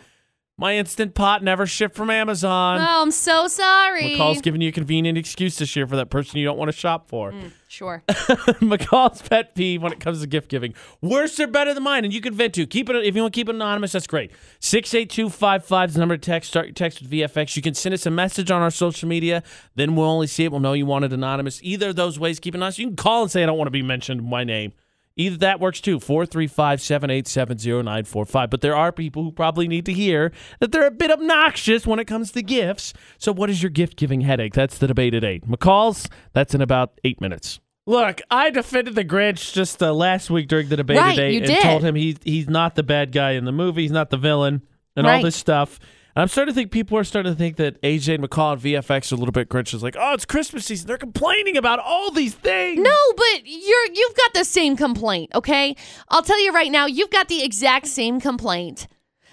S1: my instant pot never shipped from Amazon.
S2: Oh, I'm so sorry.
S1: McCall's giving you a convenient excuse this year for that person you don't want to shop for.
S2: Mm. sure.
S1: McCall's pet peeve when it comes to gift giving. Worse or better than mine, and you can vent to. Keep it if you want to keep it anonymous, that's great. 68255 is the number to text. Start your text with VFX. You can send us a message on our social media, then we'll only see it. We'll know you want it anonymous. Either of those ways, keep it anonymous. You can call and say I don't want to be mentioned my name. Either that works too, 435 787 0945. But there are people who probably need to hear that they're a bit obnoxious when it comes to gifts. So, what is your gift giving headache? That's the debate at eight. McCall's, that's in about eight minutes. Look, I defended the Grinch just uh, last week during the debate
S2: Right,
S1: at eight
S2: you
S1: and
S2: did.
S1: told him he's, he's not the bad guy in the movie, he's not the villain, and all
S2: Right.
S1: this stuff. And I'm starting to think people are starting to think that AJ and McCall and VFX are a little bit Grinches. Like, oh, it's Christmas season. They're complaining about all these things.
S2: No, but you're you've got the same complaint, okay? I'll tell you right now, you've got the exact same complaint.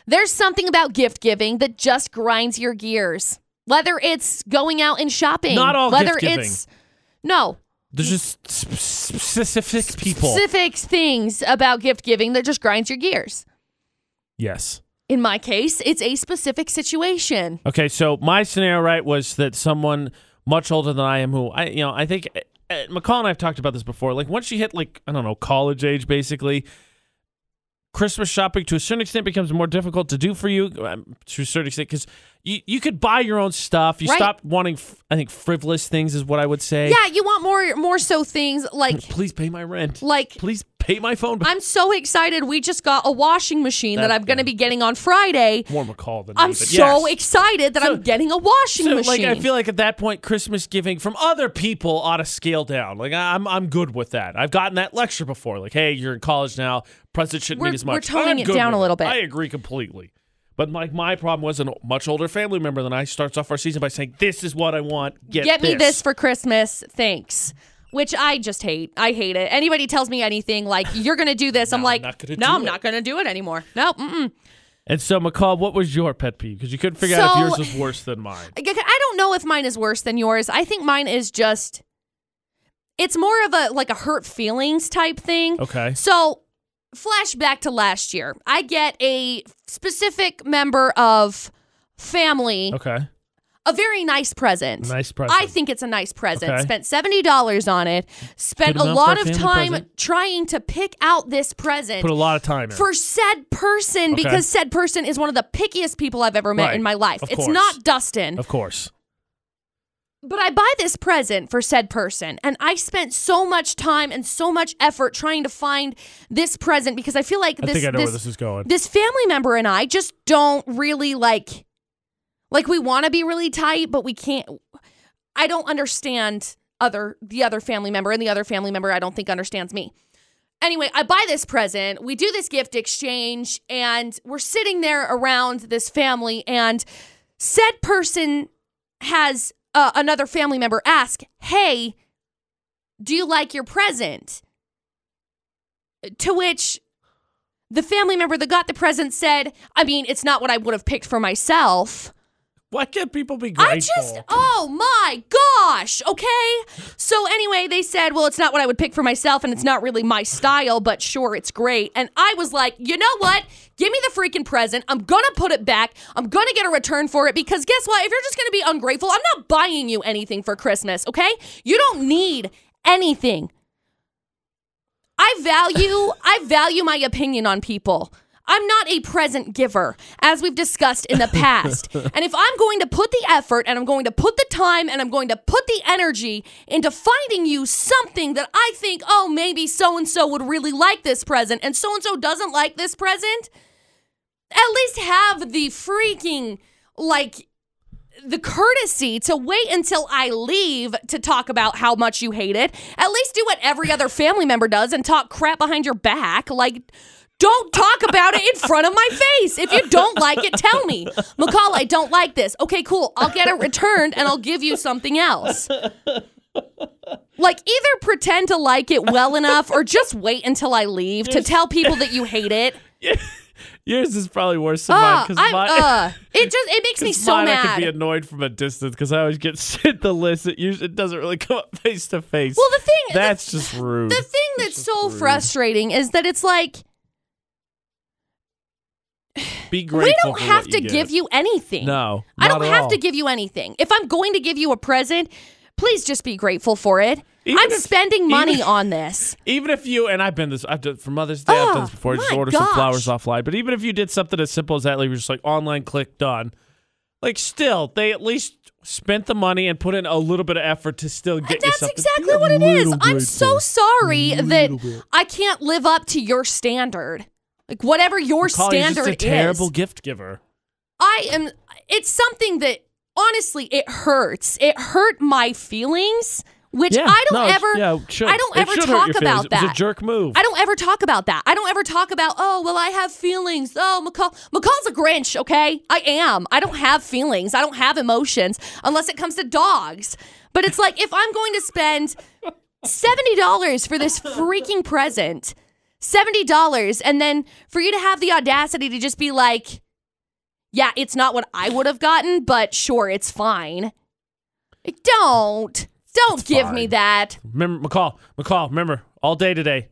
S2: There's something about gift giving that just grinds your gears. Whether it's going out and shopping,
S1: Not all
S2: whether
S1: gift-giving.
S2: it's no
S1: There's just sp- sp- specific people.
S2: specific things about gift giving that just grinds your gears.
S1: Yes.
S2: In my case, it's a specific situation.
S1: Okay, so my scenario right was that someone much older than I am, who I you know I think uh, McCall and I've talked about this before. Like once you hit like I don't know college age, basically, Christmas shopping to a certain extent becomes more difficult to do for you um, to a certain extent because you you could buy your own stuff. You
S2: Right.
S1: stop wanting f- I think frivolous things is what I would say.
S2: Yeah, you want more more so things like
S1: Please pay my rent.
S2: like
S1: Please pay my phone. bill.
S2: I'm so excited we just got a washing machine that,
S1: That
S2: I'm going to
S1: thing.
S2: be getting on Friday.
S1: More McCall than me,
S2: I'm
S1: but
S2: so
S1: yes.
S2: excited that
S1: So-
S2: I'm getting a washing
S1: So,
S2: machine.
S1: Like I feel like at that point, Christmas giving from other people ought to scale down. Like I- I'm, I'm good with that. I've gotten that lecture before. Like, hey, you're in college now. Presents shouldn't mean
S2: We're-
S1: as much.
S2: we're toning
S1: I'm
S2: it
S1: good
S2: down a
S1: with
S2: little bit.
S1: I agree completely. But like my problem was a much older family member than I starts off our season by saying, "This is what I want. Get,
S2: Get me this for Christmas. Thanks. Which I just hate. I hate it. Anybody tells me anything like you're going to do this, I'm
S1: No, I'm
S2: like,
S1: not gonna
S2: no,
S1: do
S2: I'm
S1: it."
S2: not going to do it anymore. No, mm-mm.
S1: And so, McCall, what was your pet peeve? Because you couldn't figure out
S2: So-
S1: if yours was worse than mine.
S2: I I don't know if mine is worse than yours. I think mine is just it's more of a like a hurt feelings type thing.
S1: Okay.
S2: So, flashback to last year. I get a specific member of family
S1: Okay.
S2: a very nice present.
S1: Nice present.
S2: I think it's a nice present.
S1: Okay.
S2: Spent $70 on it. Spent
S1: Good
S2: a
S1: amount
S2: lot
S1: for a
S2: of
S1: family
S2: time
S1: present.
S2: trying to pick out this present
S1: Put a lot of time in.
S2: for said person
S1: Okay.
S2: because said person is one of the pickiest people I've ever met
S1: Right.
S2: in my life.
S1: Of
S2: it's
S1: course.
S2: not Dustin.
S1: of course.
S2: But I buy this present for said person, and I spent so much time and so much effort trying to find this present because I feel like
S1: I
S2: this
S1: think I know
S2: this,
S1: where this is going.
S2: this family member and I just don't really like like we want to be really tight, but we can't. I don't understand other the other family member, and the other family member I don't think understands me. Anyway, I buy this present. We do this gift exchange, and we're sitting there around this family, and said person has uh, another family member ask, Hey, do you like your present? To which the family member that got the present said, I mean, it's not what I would have picked for myself.
S1: Why can't people be
S2: I just, oh my gosh, okay. So, anyway, they said, well, it's not what I would pick for myself and it's not really my style, but sure, it's great. And I was like, you know what? Give me the freaking present. I'm gonna put it back. I'm gonna get a return for it because guess what? If you're just gonna be ungrateful, I'm not buying you anything for Christmas, okay? You don't need anything. I value I value my opinion on people. I'm not a present giver, as we've discussed in the past. and if I'm going to put the effort and I'm going to put the time and I'm going to put the energy into finding you something that I think, oh, maybe so and so would really like this present and so and so doesn't like this present, at least have the freaking, like, the courtesy to wait until I leave to talk about how much you hate it. At least do what every other family member does and talk crap behind your back. Like, don't talk about it in front of my face. If you don't like it, tell me. McCall, I don't like this. Okay, cool. I'll get it returned and I'll give you something else. Like, either pretend to like it well enough or just wait until I leave to tell people that you hate it.
S1: Yours is probably worse than mine
S2: Uh,
S1: because
S2: I'm,
S1: mine,
S2: uh, it just it makes me
S1: 'cause
S2: so
S1: mine I
S2: mad.
S1: can be annoyed from a distance because I always get sent the list. It usually it doesn't really come up face to face.
S2: well, the thing the-
S1: that's just rude.
S2: the thing that's so
S1: rude.
S2: frustrating is that it's like
S1: be grateful.
S2: we don't
S1: for
S2: have
S1: what
S2: to
S1: you
S2: give
S1: get.
S2: you anything.
S1: No,
S2: I
S1: not
S2: don't
S1: at
S2: have
S1: all.
S2: to give you anything. If I'm going to give you a present, please just be grateful for it.
S1: Even
S2: I'm
S1: if-
S2: spending money
S1: even-
S2: on this.
S1: Even if you and I've been this, I've done for Mother's Day. I've done
S2: Oh,
S1: this before. Just
S2: my
S1: order some
S2: gosh.
S1: flowers offline. But even if you did something as simple as that, like you're just like online click done, like still they at least spent the money and put in a little bit of effort to still get you
S2: That's
S1: something.
S2: exactly what it is. I'm so sorry that I can't live up to your standard. Like whatever your
S1: Macaulay, you're
S2: standard
S1: just a terrible
S2: is.
S1: gift giver.
S2: I am it's something that honestly it hurts. It hurt my feelings, which
S1: Yeah,
S2: I
S1: no,
S2: don't
S1: it's-
S2: ever
S1: yeah, it should.
S2: I don't
S1: It
S2: ever
S1: should hurt
S2: talk
S1: your feelings.
S2: about
S1: It
S2: that.
S1: was a jerk move.
S2: I don't ever talk about that. I don't ever talk about, oh, well, I have feelings. Oh, McCall. McCall's a Grinch, okay? I am. I don't have feelings. I don't have emotions unless it comes to dogs. But it's like, if I'm going to spend $70 for this freaking present, $70, and then for you to have the audacity to just be like, yeah, it's not what I would have gotten, but sure, it's fine. Like, don't. Don't give me
S1: fine.
S2: that.
S1: remember, McCall, McCall, remember all day today.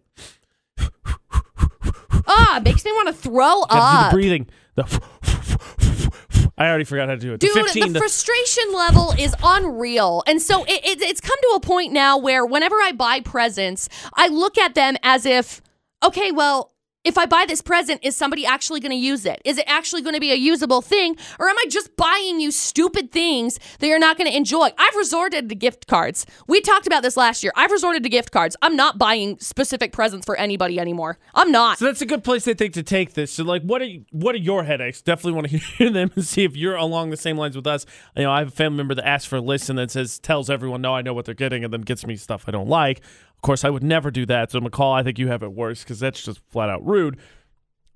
S2: Ah, it makes me want to throw
S1: Gotta do
S2: up.
S1: the breathing. The I already forgot how to do it.
S2: Dude,
S1: the 15,
S2: the
S1: the-
S2: frustration level is unreal. And so it, it, it's come to a point now where whenever I buy presents, I look at them as if, okay, well, if I buy this present, is somebody actually going to use it? Is it actually going to be a usable thing? Or am I just buying you stupid things that you're not going to enjoy? I've resorted to gift cards. We talked about this last year. I've resorted to gift cards. I'm not buying specific presents for anybody anymore. I'm not.
S1: So that's a good place they think to take this. So like, what are you, what are your headaches? Definitely want to hear them and see if you're along the same lines with us. You know, I have a family member that asks for a list and then says tells everyone no, I know what they're getting, and then gets me stuff I don't like. Of course, I would never do that. So McCall, I think you have it worse because that's just flat out rude.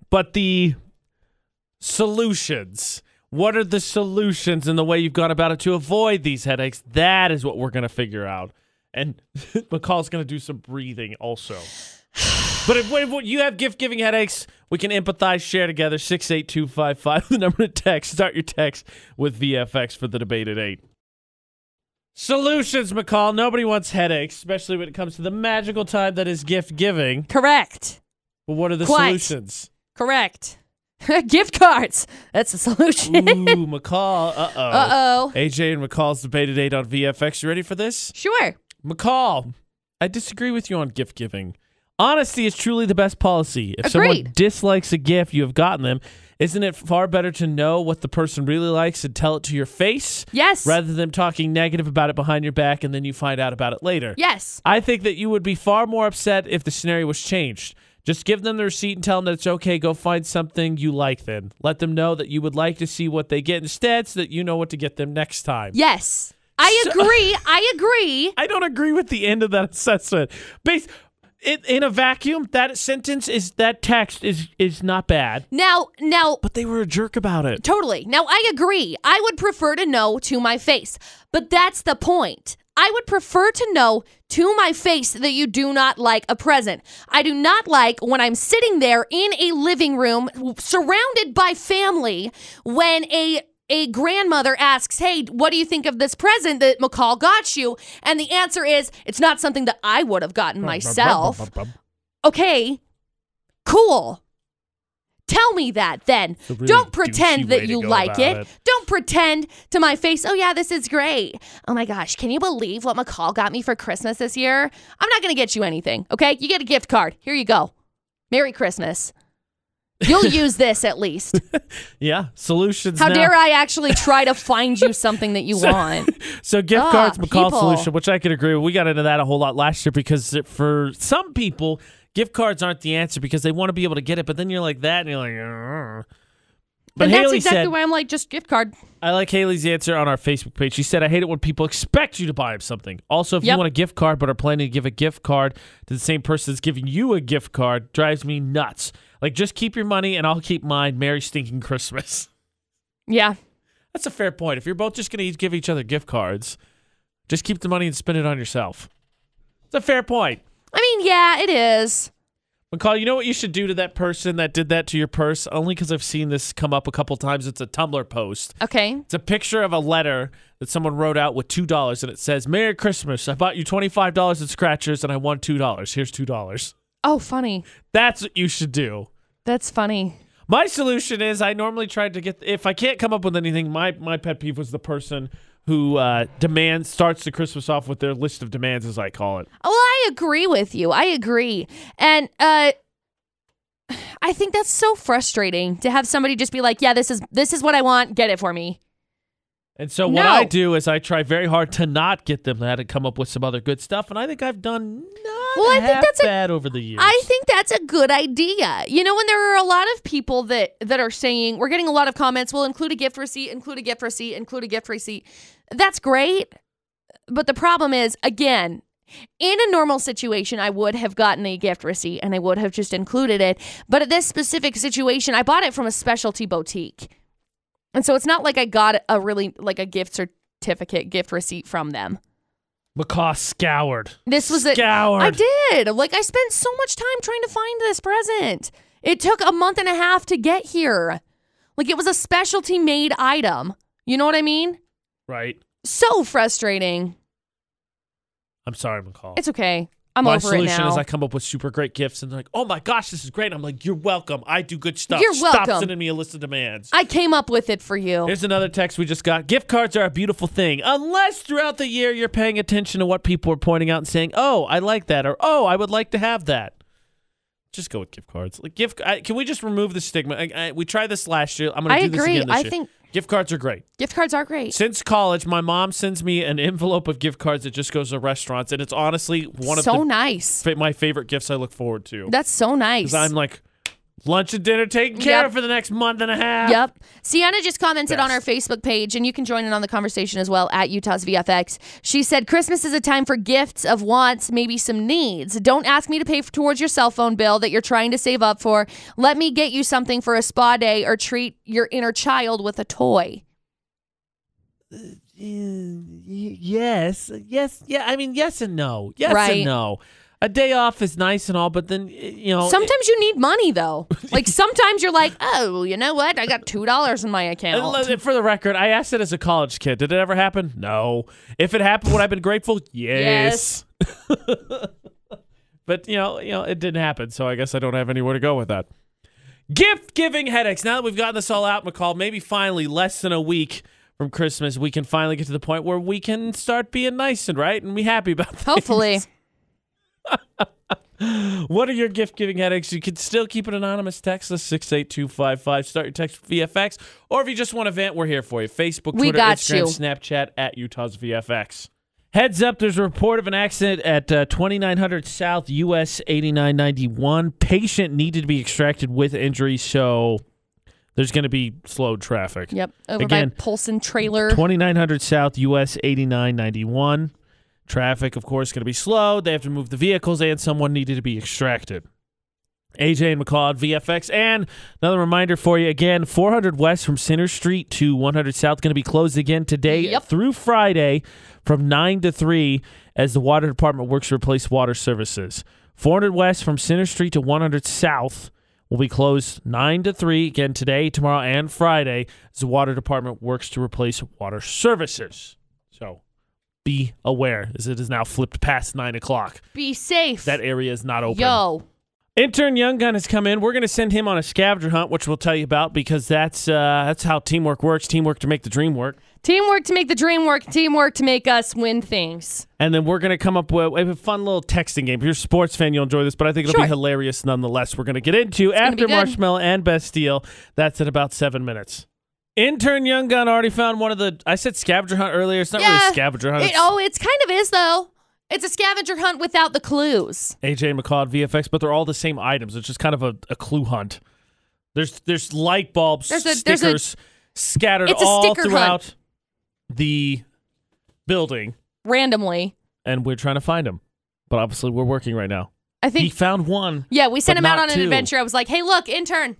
S1: But the solutions. What are the solutions and the way you've gone about it to avoid these headaches? That is what we're going to figure out. And McCall's going to do some breathing also. But if, if you have gift giving headaches, we can empathize, share together. 68255, the number to text. Start your text with VFX for the debate at 8. Solutions, McCall. Nobody wants headaches, especially when it comes to the magical time that is gift giving.
S2: Correct.
S1: But what are the
S2: Quite.
S1: solutions?
S2: Correct. gift cards. That's the
S1: Ooh,
S2: solution.
S1: McCall. Uh oh.
S2: Uh oh.
S1: AJ and McCall's debate at 8 on VFX. You ready for this?
S2: Sure.
S1: McCall, I disagree with you on gift giving. Honesty is truly the best policy. If someone
S2: Agreed.
S1: dislikes a gift you have gotten them, isn't it far better to know what the person really likes and tell it to your face
S2: Yes.
S1: rather than talking negative about it behind your back and then you find out about it later?
S2: yes.
S1: I think that you would be far more upset if the scenario was changed. Just give them the receipt and tell them that it's okay. Go find something you like then. Let them know that you would like to see what they get instead so that you know what to get them next time.
S2: Yes. I
S1: So-
S2: agree. I agree.
S1: I don't agree with the end of that assessment. Bas it, in a vacuum, that sentence is that text is is not bad.
S2: Now, now,
S1: But they were a jerk about it.
S2: totally. Now, I agree. I would prefer to know to my face, but that's the point. I would prefer to know to my face that you do not like a present. I do not like when I'm sitting there in a living room w- surrounded by family when a a grandmother asks, "Hey, what do you think of this present that McCall got you?" and the answer is, "It's not something that I would have gotten myself." Okay. Cool. Tell me that then.
S1: a really
S2: Don't
S1: douchey
S2: pretend
S1: way
S2: that
S1: to
S2: you
S1: go
S2: like
S1: about
S2: it.
S1: it.
S2: Don't pretend to my face, oh yeah, this is great. Oh my gosh, can you believe what McCall got me for Christmas this year? I'm not gonna get you anything, okay? You get a gift card. Here you go. Merry Christmas. You'll use this at least.
S1: Yeah, solutions.
S2: How
S1: now.
S2: dare I actually try to find you something that you want?
S1: So gift
S2: Ah,
S1: cards, McCall
S2: people.
S1: solution, which I could agree with. We got into that a whole lot last year because it- for some people, gift cards aren't the answer because they want to be able to get it. But then you're like that, and you're like. "Arr." But
S2: and that's
S1: Haley
S2: exactly
S1: said,
S2: why I'm like, just gift card.
S1: I like Haley's answer on our Facebook page. She said, I hate it when people expect you to buy them something. Also, if you
S2: Yep.
S1: want a gift card but are planning to give a gift card to the same person that's giving you a gift card, drives me nuts. Like, just keep your money and I'll keep mine. Merry stinking Christmas.
S2: Yeah.
S1: That's a fair point. If you're both just going to give each other gift cards, just keep the money and spend it on yourself. It's a fair point.
S2: I mean, yeah, it is.
S1: McCall, you know what you should do to that person that did that to your purse? Only because I've seen this come up a couple times. It's a Tumblr post.
S2: Okay.
S1: It's a picture of a letter that someone wrote out with two dollars, and it says, "Merry Christmas! I bought you twenty five dollars in scratchers, and I won two dollars. Here's two dollars."
S2: Oh, funny.
S1: That's what you should do.
S2: That's funny.
S1: My solution is I normally try to get if I can't come up with anything. My my pet peeve was the person who uh, demands starts the Christmas off with their list of demands, as I call it.
S2: Oh, Well, I agree with you. I agree. And uh I think that's so frustrating to have somebody just be like, "Yeah, this is this is what I want. Get it for me."
S1: And so what
S2: No.
S1: I do is I try very hard to not get them that and come up with some other good stuff. And I think I've done not
S2: Well, I think
S1: half
S2: that's a-
S1: bad over the years.
S2: I think that's a good idea. You know, when there are a lot of people that that are saying, "We're getting a lot of comments. We'll include a gift receipt, include a gift receipt, include a gift receipt." That's great. But the problem is, again, in a normal situation, I would have gotten a gift receipt and I would have just included it. But at this specific situation, I bought it from a specialty boutique. And so it's not like I got a really like a gift certificate, gift receipt from them.
S1: McCaw scoured.
S2: This was a
S1: Scoured.
S2: I did. Like I spent so much time trying to find this present. It took a month and a half to get here. Like it was a specialty made item. You know what I mean?
S1: Right.
S2: So frustrating.
S1: I'm sorry, McCall.
S2: It's okay. I'm
S1: my
S2: over
S1: solution
S2: it now.
S1: is I come up with super great gifts, and they're like, "Oh my gosh, this is great!" I'm like, "You're welcome. I do good stuff.
S2: You're
S1: Stop
S2: welcome.
S1: sending me a list of demands."
S2: I came up with it for you.
S1: Here's another text we just got. Gift cards are a beautiful thing, unless throughout the year you're paying attention to what people are pointing out and saying, "Oh, I like that," or "Oh, I would like to have that." Just go with gift cards. Like gift, I, can we just remove the stigma? I, I, we tried this last year. I'm gonna
S2: I
S1: do this
S2: agree.
S1: again this
S2: I
S1: year.
S2: think-
S1: gift cards are great.
S2: Gift cards are great.
S1: Since college, my mom sends me an envelope of gift cards that just goes to restaurants, and it's honestly one of
S2: so
S1: the
S2: nice.
S1: fa- my favorite gifts I look forward to.
S2: That's so nice.
S1: Because I'm like, lunch and dinner taken care
S2: Yep.
S1: of for the next month and a half.
S2: Yep. Sienna just commented on our
S1: Best.
S2: Facebook page, and you can join in on the conversation as well at Utah's VFX. She said, Christmas is a time for gifts of wants, maybe some needs. Don't ask me to pay towards your cell phone bill that you're trying to save up for. Let me get you something for a spa day or treat your inner child with a toy.
S1: Yes. Yes. Yeah. I mean, yes and no. Yes and
S2: Right.
S1: no. A day off is nice and all, but then, you know.
S2: Sometimes you need money, though. Like, sometimes you're like, oh, you know what? I got $2 in my account.
S1: and for the record, I asked it as a college kid. Did it ever happen? No. If it happened, would I have been grateful? Yes. but you know, you know, it didn't happen, so I guess I don't have anywhere to go with that. Gift giving headaches. Now that we've gotten this all out, McCall, maybe finally less than a week from Christmas, we can finally get to the point where we can start being nice and right and be happy about things.
S2: Hopefully.
S1: What are your gift giving headaches? You can still keep an anonymous text us 68255. Start your text with VFX. Or if you just want to vent, we're here for you. Facebook, Twitter,
S2: We got
S1: Instagram,
S2: you.
S1: Snapchat at Utah's VFX. Heads up, there's a report of an accident at uh, 2900 South US 8991. Patient needed to be extracted with injury, so there's going to be slowed traffic.
S2: Yep. Over
S1: Again,
S2: by Polson Trailer.
S1: 2900 South US 8991. Traffic, of course, going to be slow. They have to move the vehicles, and someone needed to be extracted. AJ and McCall at VFX. And another reminder for you again 400 West from Center Street to 100 South going to be closed again today
S2: Yep.
S1: through Friday from 9 to 3 as the water department works to replace water services. 400 West from Center Street to 100 South will be closed 9 to 3 again today, tomorrow, and Friday as the water department works to replace water services. So be aware as it is now flipped past 9 o'clock.
S2: Be safe.
S1: That area is not open.
S2: Yo.
S1: Intern Young Gun has come in. We're going to send him on a scavenger hunt, which we'll tell you about because that's uh, that's how teamwork works. Teamwork to make the dream work.
S2: Teamwork to make the dream work, teamwork to make us win things.
S1: And then we're going to come up with with a fun little texting game. If you're a sports fan, you'll enjoy this, but I think it'll be
S2: Sure.
S1: hilarious nonetheless. We're going to get into
S2: gonna be
S1: after
S2: good.
S1: Marshmallow and Bastille. That's in about seven minutes. Intern Young Gun already found one of the. I said scavenger hunt earlier. It's not
S2: Yeah.
S1: really scavenger hunt.
S2: It,
S1: It's
S2: oh, it's kind of is though. It's a scavenger hunt without the clues.
S1: AJ McCall VFX, but they're all the same items. It's just kind of a, a clue hunt. There's there's light bulbs,
S2: There's a-
S1: stickers
S2: there's a-
S1: scattered
S2: It's a
S1: all
S2: sticker
S1: throughout
S2: hunt.
S1: the building,
S2: Randomly.
S1: and we're trying to find them. But obviously, we're working right now.
S2: I
S1: He
S2: think
S1: found one.
S2: Yeah, we sent
S1: but
S2: him out
S1: not
S2: on an
S1: two.
S2: adventure. I was like, hey look, intern.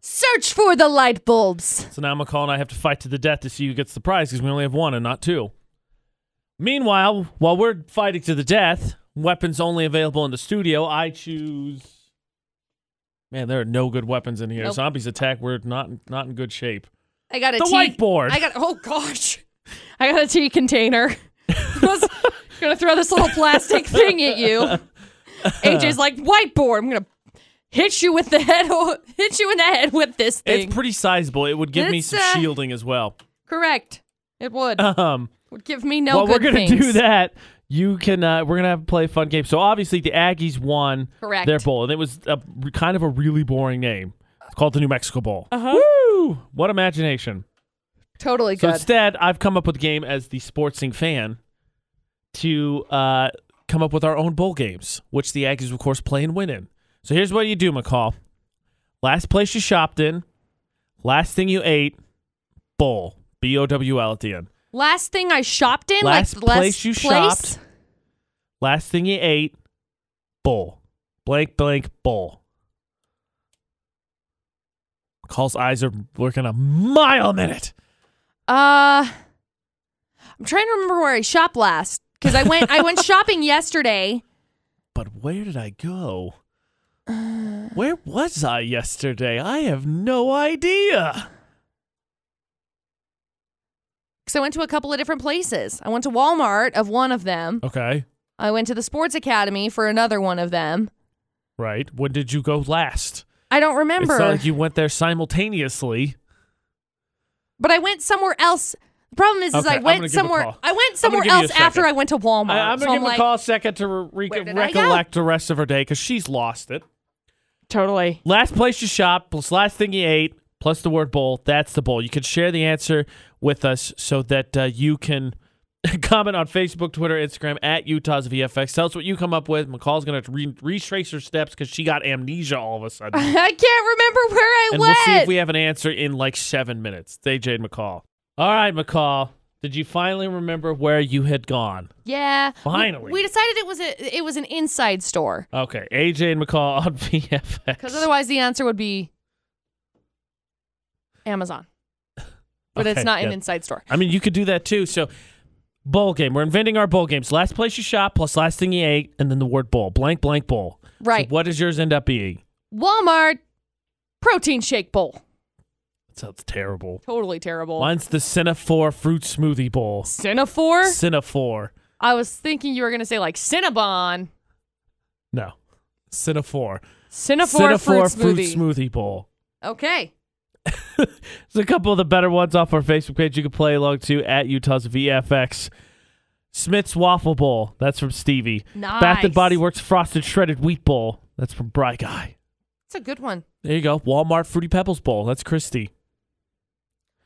S2: Search for the light bulbs.
S1: So now McCall and I have to fight to the death to see who gets the prize because we only have one and not two. Meanwhile, while we're fighting to the death, weapons only available in the studio. I choose. Man, there are no good weapons in here.
S2: Nope.
S1: Zombies attack. We're not not in good shape.
S2: I got a
S1: The
S2: tea-
S1: whiteboard.
S2: I got oh gosh. I got a tea container. I was gonna throw this little plastic thing at you. AJ's like, whiteboard, I'm gonna hit you with the head hit you in the head with this thing.
S1: It's pretty sizable. It would give me
S2: It's,
S1: some
S2: uh,
S1: shielding as well.
S2: Correct. It would.
S1: Um,
S2: would give me no
S1: while
S2: good
S1: we're gonna
S2: things.
S1: do that, you can. Uh, we're gonna have to play a fun game. So obviously the Aggies won
S2: Correct.
S1: their bowl, and it was a, kind of a really boring name. It's called the New Mexico Bowl. Uh-huh. Woo! What imagination.
S2: Totally
S1: So
S2: good.
S1: instead, I've come up with a game as the sportsing fan to uh, come up with our own bowl games, which the Aggies, of course, play and win in. So here's what you do, McCall. Last place you shopped in, last thing you ate, bowl. B O W L at the end.
S2: last thing I shopped in,
S1: Last
S2: like the last
S1: place you
S2: place?
S1: shopped. Last thing you ate, bowl. Blank, blank, bowl. McCall's eyes are working a mile a minute.
S2: Uh, I'm trying to remember where I shopped last because I went I went shopping yesterday.
S1: But where did I go?
S2: Uh.
S1: Where was I yesterday? I have no idea.
S2: Because I went to a couple of different places. I went to Walmart of one of them.
S1: Okay.
S2: I went to the Sports Academy for another one of them.
S1: Right. When did you go last?
S2: I don't remember.
S1: It's not like you went there simultaneously.
S2: but I went somewhere else. The problem is, is
S1: Okay,
S2: I
S1: I'm gonna
S2: went
S1: give him a
S2: somewhere.
S1: call.
S2: I went
S1: I'm gonna
S2: somewhere
S1: give you a
S2: else after
S1: second.
S2: I went to Walmart.
S1: I, am
S2: so
S1: going to
S2: I'm
S1: give
S2: like,
S1: a call a second to re-
S2: Where did I go?
S1: recollect the rest of her day because she's lost it.
S2: Totally.
S1: Last place you shop plus last thing you ate plus the word bowl. That's the bowl. You can share the answer with us so that uh, you can comment on Facebook, Twitter, Instagram at Utah's VFX. Tell us what you come up with. McCall's going to re- retrace her steps because she got amnesia all of a sudden.
S2: I can't remember where I
S1: and
S2: went.
S1: we'll see if we have an answer in like seven minutes. It's AJ and McCall. All right, McCall. Did you finally remember where you had gone?
S2: Yeah. we-
S1: Finally.
S2: We, decided it was a, it was an inside store
S1: Okay, AJ and McCall on
S2: because
S1: VFX.
S2: otherwise the answer would be Amazon. But
S1: Okay,
S2: it's not an
S1: yeah.
S2: inside store.
S1: I mean, you could do that too. So, bowl game. We're inventing our bowl games. Last place you shop plus last thing you ate, and then the word bowl. Blank, blank bowl. So
S2: Right.
S1: what does yours end up being?
S2: Walmart protein shake bowl.
S1: That sounds terrible.
S2: Totally terrible.
S1: Mine's the Cinephore fruit smoothie bowl.
S2: Cinephore?
S1: Cinephore.
S2: I was thinking you were going to say like Cinnabon.
S1: No. Cinephore.
S2: Cinephore, fruit,
S1: fruit
S2: smoothie.
S1: smoothie bowl.
S2: okay.
S1: There's a couple of the better ones off our Facebook page you can play along to at Utah's VFX. Smith's Waffle Bowl. That's from Stevie. Bath and
S2: Nice.
S1: Body Works Frosted Shredded Wheat Bowl. That's from Bry Guy.
S2: It's a good one.
S1: There you go. Walmart Fruity Pebbles Bowl. That's Christy.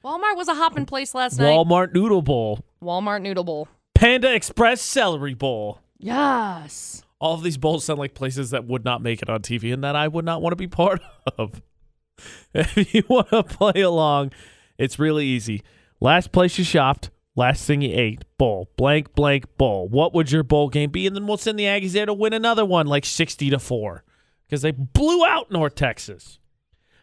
S2: Walmart was a hopping place last night.
S1: Walmart Noodle Bowl.
S2: Walmart noodle bowl.
S1: Panda Express Celery Bowl.
S2: Yes.
S1: All of these bowls sound like places that would not make it on TV and that I would not want to be part of. if you want to play along, it's really easy. Last place you shopped, Last thing you ate, bowl, blank, blank, bowl. What would your bowl game be? And then we'll send the Aggies there to win another one, like 60 to 4, because they blew out North Texas.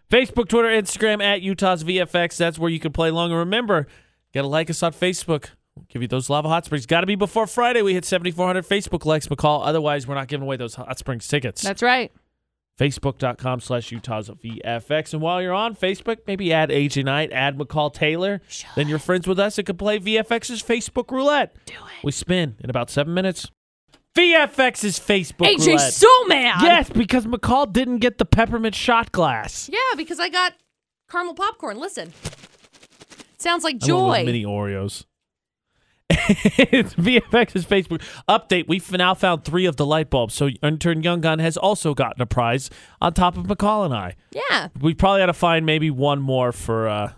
S1: Facebook, Twitter, Instagram at Utah's VFX. That's where you can play along. And remember, gotta like us on Facebook. We'll give you those lava hot springs. Gotta be before Friday. We hit 7,400 Facebook likes, McCall. Otherwise, we're not giving away those hot springs tickets.
S2: That's right.
S1: Facebook.com slash Utah's VFX. And while you're on Facebook, maybe add AJ Knight, add McCall Taylor. Then you're friends with us and can play VFX's Facebook roulette. Do it. We spin in about seven minutes. VFX's Facebook
S2: AJ's
S1: roulette.
S2: so mad.
S1: yes, because McCall didn't get the peppermint shot glass.
S2: Yeah, because I got caramel popcorn. Listen. Sounds like
S1: I want those
S2: joy.
S1: Mini Oreos. it's VFX's Facebook update. We've now found three of the light bulbs. So intern Young Gun has also gotten a prize on top of McCall and I.
S2: yeah.
S1: We probably got to find maybe one more for uh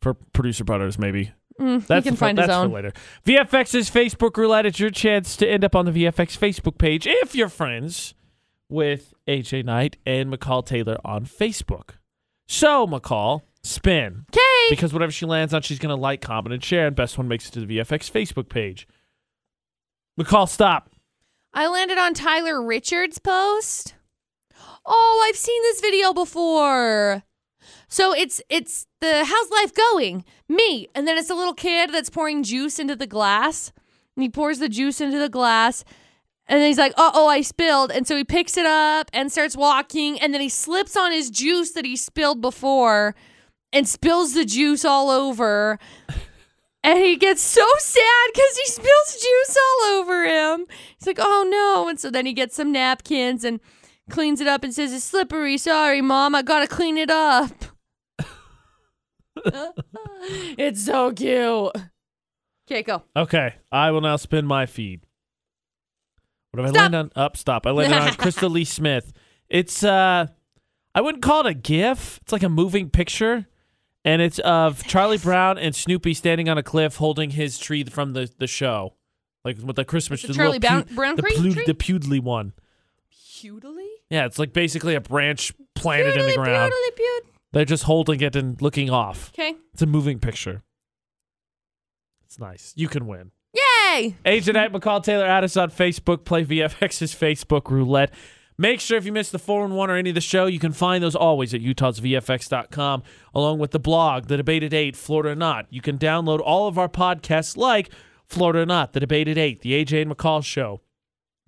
S1: for producer butters. Maybe
S2: Mm,
S1: that's
S2: he can
S1: for,
S2: find
S1: that's
S2: his own.
S1: for later. VFX's Facebook roulette. It's your chance to end up on the VFX Facebook page if you're friends with AJ Knight and McCall Taylor on Facebook. So McCall, spin
S2: Okay.
S1: because whatever she lands on, she's gonna like, comment, and share, and best one makes it to the VFX Facebook page. McCall, stop.
S2: I landed on Tyler Richards' post. Oh, I've seen this video before. So it's it's the how's life going? Me. And then it's a little kid that's pouring juice into the glass. And he pours the juice into the glass. And then he's like, uh oh, I spilled. And so he picks it up and starts walking. And then he slips on his juice that he spilled before and spills the juice all over. And he gets so sad because he spills juice all over him. He's like, oh no. And so then he gets some napkins and cleans it up and says, it's slippery. Sorry, mom. I got to clean it up. it's so cute. Okay, go.
S1: Okay, I will now spin my feed. What have I
S2: Stop.
S1: landed on? Up, stop. I landed on Crystal Lee Smith. It's uh, I wouldn't call it a GIF. It's like a moving picture, and it's of Charlie Brown and Snoopy standing on a cliff holding his tree from the the show, like with the Christmas.
S2: It's a
S1: little
S2: Charlie Brown- Brown
S1: the,
S2: tree- tree?
S1: the Pewdly one.
S2: Pewdly?
S1: Yeah, it's like basically a branch planted in
S2: Pewdly,
S1: the ground.
S2: pewdly, pewd.
S1: They're just holding it and looking off.
S2: Okay.
S1: It's a moving picture. It's nice. You can win.
S2: Yay!
S1: Agent at McCall Taylor, add us on Facebook. Play VFX's Facebook roulette. Make sure if you missed the 411 or any of the show, you can find those always at utahsvfx.com, along with the blog, The Debate at 8, Florida or Not. You can download all of our podcasts like Florida or Not, The Debate at 8, The AJ and McCall Show,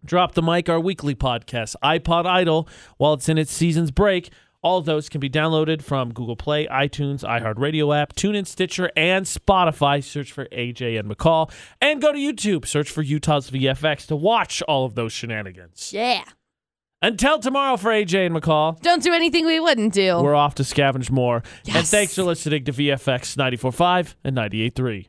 S1: Drop the Mic, our weekly podcast, iPod Idol, while it's in its season's break. All of those can be downloaded from Google Play, iTunes, iHeartRadio app, TuneIn, Stitcher, and Spotify. Search for AJ and McCall. And go to YouTube. Search for Utah's VFX to watch all of those shenanigans.
S2: Yeah.
S1: Until tomorrow for AJ and McCall,
S2: Don't do anything we wouldn't do.
S1: we're off to scavenge more. And
S2: Yes.
S1: thanks for listening to VFX 94.5 and 98.3.